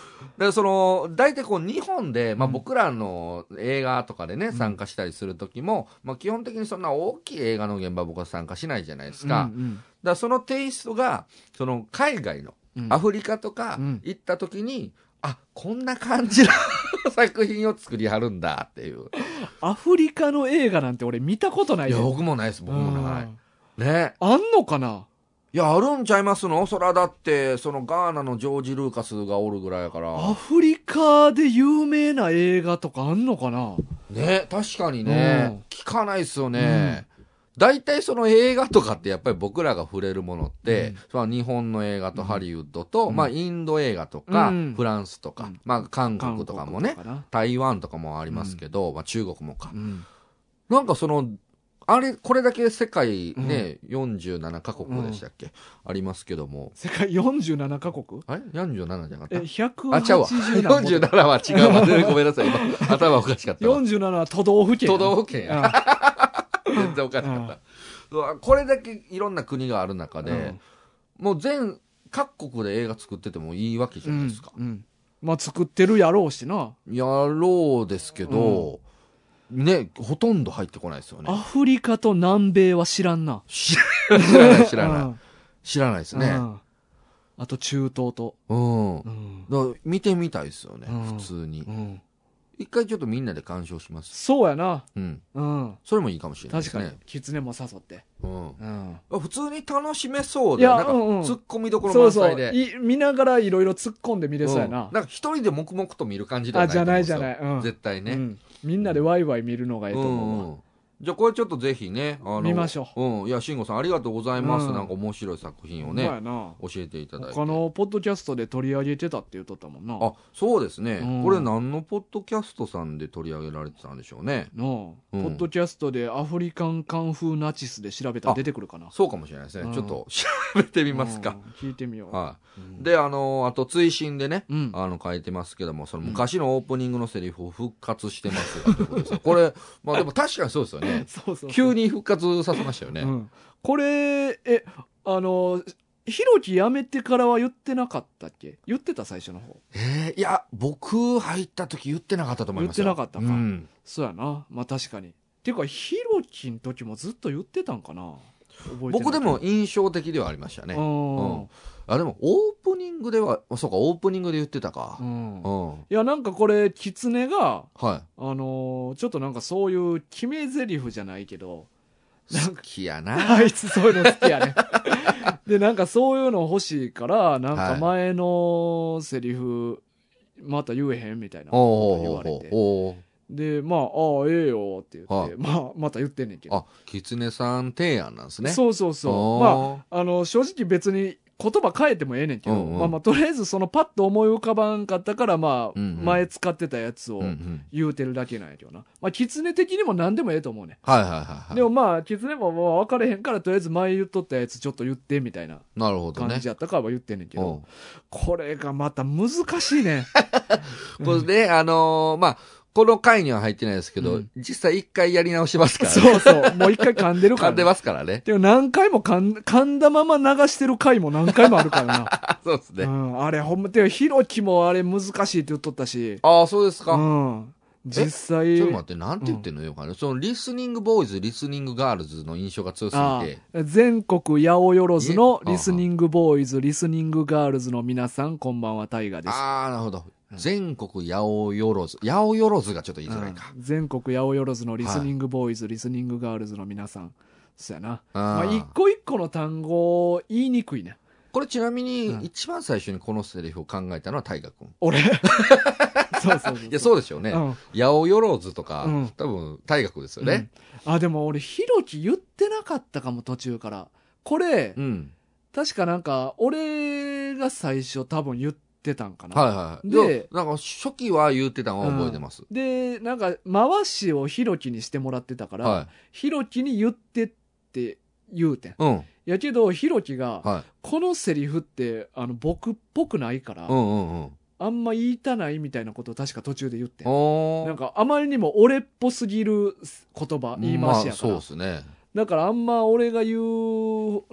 S2: らその、大体こう日本で、まあ
S1: うん
S2: 僕らの映画とかでね、参加したりする時も、まあ基本的にそんな大きい映画の現場は僕は参加しないじゃないですか。
S1: ー。
S2: だか
S1: うん
S2: らそのテイストが、その海外の、
S1: うんうん
S2: アフリカとか
S1: うん
S2: 行った時に、あ、こんな感じの 作品を作りはるんだっていう。
S1: アフリカの映画なんて俺見たことない
S2: いや、
S1: よ。
S2: 僕もないです、僕もな
S1: う
S2: い
S1: ん。
S2: ね。
S1: あんのかない
S2: や、あるんちゃいますのそらだって、そのガーナのジョージ・ルーカスがおるぐらいやから。
S1: アフリカで有名な映画とかあんのかな
S2: ね確かにね、
S1: うん
S2: 聞かないっすよね、大体その映画とかってやっぱり僕らが触れるものって、
S1: うん
S2: まあ日本の映画とハリウッドと、
S1: うん
S2: まあインド映画とか、
S1: うん
S2: フランスとか、
S1: うん
S2: まあ韓国とかも
S1: 韓国
S2: ね
S1: とかな
S2: 台湾とかもありますけど、まあ中国もか
S1: う、ん
S2: なんかそのあれこれだけ世界ね、47カ国でしたっけ、ありますけども
S1: 世界47カ国
S2: あれ47じゃなかっ
S1: え、
S2: た
S1: 180
S2: あ、ちゃうわ。
S1: 何本
S2: 47は違うわ。ごめんなさ い。今頭おかしかったわ。
S1: 47は都道府県。
S2: 都道府県や。
S1: あ
S2: 全然おかしかった。うわこれだけいろんな国がある中で、
S1: うん
S2: もう全各国で映画作っててもいいわけじゃないですか。
S1: うんうんまあ作ってるやろうしな。
S2: やろうですけど、ね、ほとんど入ってこないですよ
S1: ア
S2: ね。
S1: フリカと南米は知らんな。
S2: 知ら知らない、知ら
S1: う
S2: ない。
S1: ん
S2: 知らないです
S1: う
S2: ね。
S1: んあと中東と。
S2: うん。だ
S1: う
S2: か
S1: ん
S2: ら見てみたいですよね、
S1: うん
S2: 普通に
S1: う。ん
S2: 一回ちょっとみんなで鑑賞します。
S1: そうやな。
S2: うん。
S1: うん。
S2: それもいいかもしれない
S1: 確
S2: です
S1: か
S2: ね。
S1: に。狐も誘って。
S2: うん。
S1: うん。
S2: 普通に楽しめそう
S1: い
S2: で、
S1: や
S2: なんか、
S1: うんうん
S2: 突っ込みどころ
S1: そう
S2: 満
S1: そ
S2: 載
S1: う。
S2: で。
S1: い見ながらいろいろ突っ込んで見れそうやな。
S2: んなんか一人で黙々と見る感じでは
S1: あ、
S2: ない
S1: じゃないじ
S2: と
S1: ゃ
S2: 思うん
S1: ない。
S2: ですよ
S1: うん
S2: 絶対ね。
S1: うんみんなでワイワイ見るのがいいと思うわ。
S2: じゃあこれちょっとぜひね、あの
S1: 見ましょ
S2: う。ん。いや、慎吾さんありがとうございます。
S1: うん
S2: なんか面白い作品を
S1: ほんまや
S2: ね、
S1: な。
S2: 教えていただいて。
S1: 他のポッドキャストで取り上げてたって言っとったもんな。
S2: あ、そうですね、
S1: うん
S2: これ何のポッドキャストさんで取り上げられてたんでしょうね。
S1: なあ、
S2: うん
S1: ポッドキャストでアフリカンカンフーナチスで調べたら出てくるかな。
S2: そうかもしれないですね。
S1: うん
S2: ちょっと 調べてみます
S1: う
S2: か
S1: ん。。聞いてみよう。
S2: はい、
S1: うん
S2: で、あの、あと追伸でね、
S1: うん。
S2: あの書いてますけども、その昔のオープニングのセリフを復活してますよってことですよ これ、まあでも確かにそうですよね。
S1: そうそう。
S2: 急に復活させましたよね。
S1: うん。これ、え、あの、ひろき辞めてからは言ってなかったっけ言ってた最初の方。
S2: えーいや、僕入った時言ってなかったと思いますよ。
S1: 言ってなかったか
S2: うん
S1: そうやな。まあ確かに。ていうか、ヒロキん時もずっと言ってたんかな。覚えてないけど
S2: 僕でも、印象的ではありましたね。うんあ、でもオープニングでは、あそうか、オープニングで言ってたか
S1: う。ん。う
S2: う
S1: ん。
S2: ん。
S1: いや、なんかこれ、キツネが、
S2: はい。
S1: あのーちょっとなんかそういう決め台詞じゃないけど、
S2: 好きやな。
S1: あいつそういうの好きやね。 で、なんかそういうの欲しいから、なん
S2: は
S1: か
S2: い
S1: 前のセリフ、また言えへんみたいなこと言
S2: お
S1: わ
S2: う
S1: れ
S2: おう
S1: て。
S2: おう
S1: で、まあ、ああ、ええよって言っ
S2: は
S1: て、
S2: い
S1: まあ、また言ってんねんけど。
S2: あ、キツネさん提案なんですね。
S1: そうそうそう。ま
S2: おー
S1: あ、あの、正直別に言葉変えてもええねんけど、
S2: うんうん
S1: まあまあ、とりあえずそのパッと思い浮かばんかったから、まあ、
S2: うんうん
S1: 前使ってたやつを
S2: うんうん
S1: 言うてるだけなんやけどな。まあ、狐的にも何でもええと思うねん。
S2: はいはいはい
S1: で
S2: は。
S1: もまあ、狐ももう分かれへんから、とりあえず前言っとったやつちょっと言ってみたいない
S2: なるほど
S1: 感
S2: ね
S1: じ。やったからは言ってんねんけど、
S2: おう
S1: これがまた難しい ね。
S2: これで、あのーまあ、この回には入ってないですけ
S1: う
S2: ど
S1: ん、
S2: 実際一回やり直しますからね。
S1: そうそう。もう一回噛んでるから、
S2: 噛
S1: ね。
S2: んでますからね。
S1: でも何回も噛ん噛んだまま流してる回も何回もあるからな。
S2: あ、そう です
S1: う
S2: ね。
S1: ん、あれ、ほんま、てかひろきもあれ難しいって言っとったし、
S2: ああ、そうです
S1: う
S2: か。
S1: ん。実際、
S2: ちょっと待って、なんて言ってんのよかね。その、リスニングボーイズ、リスニングガールズの印象が強す
S1: あ
S2: ぎて。
S1: あ全国八百万の
S2: え
S1: リスニングボーイズ、リスニングガールズの皆さん、こんばんは、タイガです。
S2: ああ、なるほど。全国八百万。八百万がちょっと言いづらいか
S1: う。ん全国八百万のリスニングボーイズ、リスニングガールズの皆さん。そうやな。ま
S2: あ
S1: あ、
S2: ー
S1: 一個一個の単語、言いにくいね。
S2: これちなみに
S1: うん、
S2: 一番最初にこのセリフを考えたのは大河君。
S1: 俺。そうそうそう。
S2: いや、そうでしょうね。
S1: うん
S2: 八百万とか
S1: うん、
S2: 多分、大河君ですよね。
S1: うんあでも俺ひろき言ってなかったかも途中からこれ、
S2: うん。
S1: 確かなんか俺が最初多分言ってたんかな、
S2: はいはい。
S1: で
S2: で、なんか初期は言ってたのは覚えてます。
S1: でなんか回しをひろきにしてもらってたから、
S2: はい。
S1: ひろきに言ってって言うてん
S2: うん。
S1: やけどひろきが、
S2: はい。
S1: このセリフってあの僕っぽくないから、
S2: うんうんうん。
S1: あんま言いたないみたいなことを確か途中で言ってん
S2: おー
S1: なんかあまりにも俺っぽすぎる言葉言い回しやから、
S2: まあ、そうですね。
S1: だからあんま俺が言う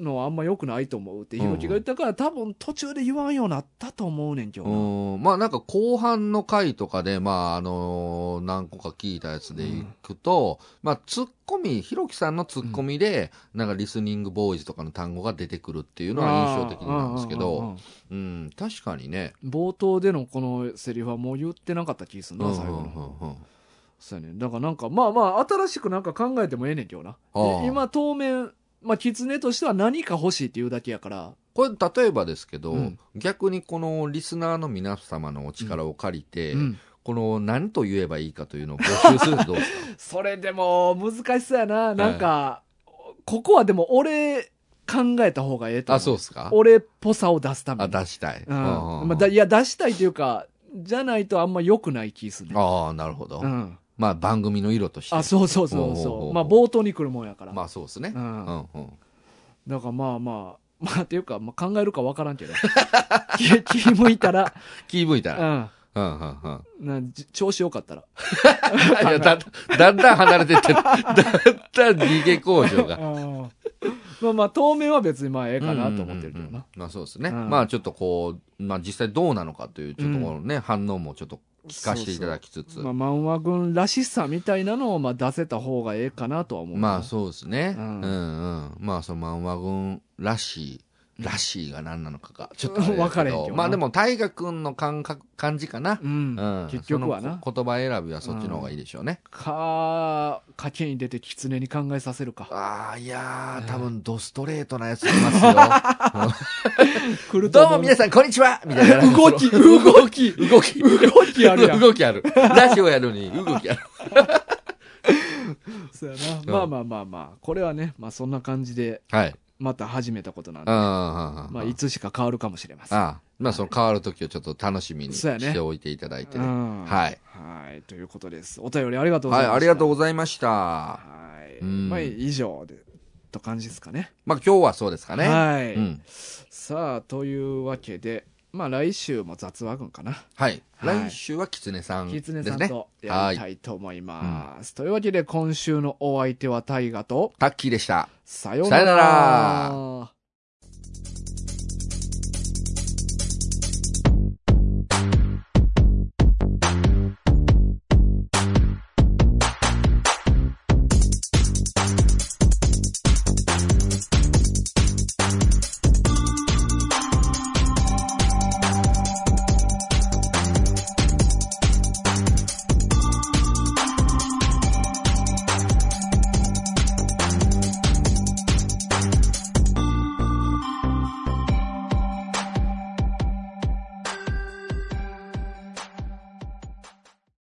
S1: のはあんま良くないと思うってひろきが言ったから、多分途中で言わんようになったと思うねんけど
S2: う
S1: な、
S2: ん。まあなんか後半の回とかで、まああのー何個か聞いたやつでいくと、まあツッコミ、ひろきさんのツッコミで、なんかリスニングボーイズとかの単語が出てくるっていうのは印象的なんですけ
S1: あーうんうん
S2: ど、
S1: うん
S2: うん、確かにね。
S1: 冒頭でのこのセリフはもう言ってなかった気すん
S2: う
S1: なん
S2: うん
S1: 最後の、
S2: うんうん
S1: そうやねんだからなんかまあまあ新しくなんか考えてもええねんけどな
S2: あー
S1: で今当面まあ狐としては何か欲しいっていうだけやから
S2: これ例えばですけど、
S1: うん
S2: 逆にこのリスナーの皆様のお力を借りて、
S1: うん
S2: この何と言えばいいかというのを募集するとどうですか
S1: それでも難しそうやななんか、ここはでも俺考えた方がえ えと思
S2: あ、そうですか
S1: 俺っぽさを出すため
S2: あ、
S1: に
S2: 出したい。
S1: うん
S2: うんうんうん
S1: まあ、だいや出したいというかじゃないとあんま良くない気するね、
S2: ああ、なるほど。
S1: うん、
S2: まあ番組の色として。
S1: あそうそうそう
S2: おうおう
S1: そ
S2: お
S1: う
S2: う
S1: まあ冒頭に来るもんやから、
S2: まあそうですね。
S1: う
S2: うん
S1: ん
S2: うん。
S1: だからまあまあ まあっていうか、まあ、考えるか分からんけど 気 気向いた ら、
S2: 気向いうたら。
S1: ん
S2: うんうんうん。
S1: なじ調子よかったら
S2: いや、だんだんだん離れ てってる、だんだん逃げ工場が。
S1: うんまあまあ当面は別にまあええかなと思ってるけど
S2: うんうんうん
S1: な、
S2: まあそうですね。
S1: うん
S2: まあちょっとこう、まあ実際どうなのかという、ちょっとこのね、反応もちょっと聞かせていただきつつ。
S1: まあ漫画軍らしさみたいなのをまあ出せた方がええかなとは思う
S2: まあそうですね。
S1: う
S2: うんんうん。まあその漫画軍らしい。らしいが何なのかが、ちょっとあれですけど。
S1: わかれへんけどな
S2: まあでも、大河君の感覚、感じかな。
S1: う、
S2: うんん。
S1: 結局は
S2: そ
S1: な
S2: の言葉選びはそっちの方がいいでしょうね。
S1: か賭けに出て狐に考えさせるか
S2: ああ、いや
S1: ね
S2: ー、多分ドストレートなやつい ます
S1: 来
S2: よ。
S1: ると
S2: どう
S1: 思
S2: も皆さん、こんにちはみたいな。
S1: 動き、動き、
S2: 動き。
S1: 動きあるやん。
S2: 動きある。ラジオやるのに動きある。
S1: そうやな。まあまあまあまあ、これはね、まあそんな感じで、
S2: はい。
S1: また始めたことなんで、
S2: ああ、
S1: まあいつしか変わるかもしれません。
S2: ああまあその変わるときをちょっと楽しみに
S1: そうやね
S2: しておいていただいて
S1: う
S2: ね。
S1: ん
S2: はい。
S1: はい。ということです。お便りありがとうござ
S2: はいい、
S1: ます。
S2: ありがと
S1: う
S2: うございました。
S1: はい。
S2: うん
S1: まあ以上で、と感じですかね。
S2: まあ今日はそうですかね。
S1: はい、
S2: うん。
S1: さあ、というわけで、まあ来週も雑話群かな。
S2: はい。
S1: はい
S2: 来週はキツネさん
S1: キ
S2: で
S1: ツ
S2: す
S1: ネ
S2: ね。
S1: さんとやりたいと思います。というわけで今週のお相手は大ガと、
S2: タッキーでした。
S1: さよう
S2: さよ
S1: な
S2: な
S1: ら。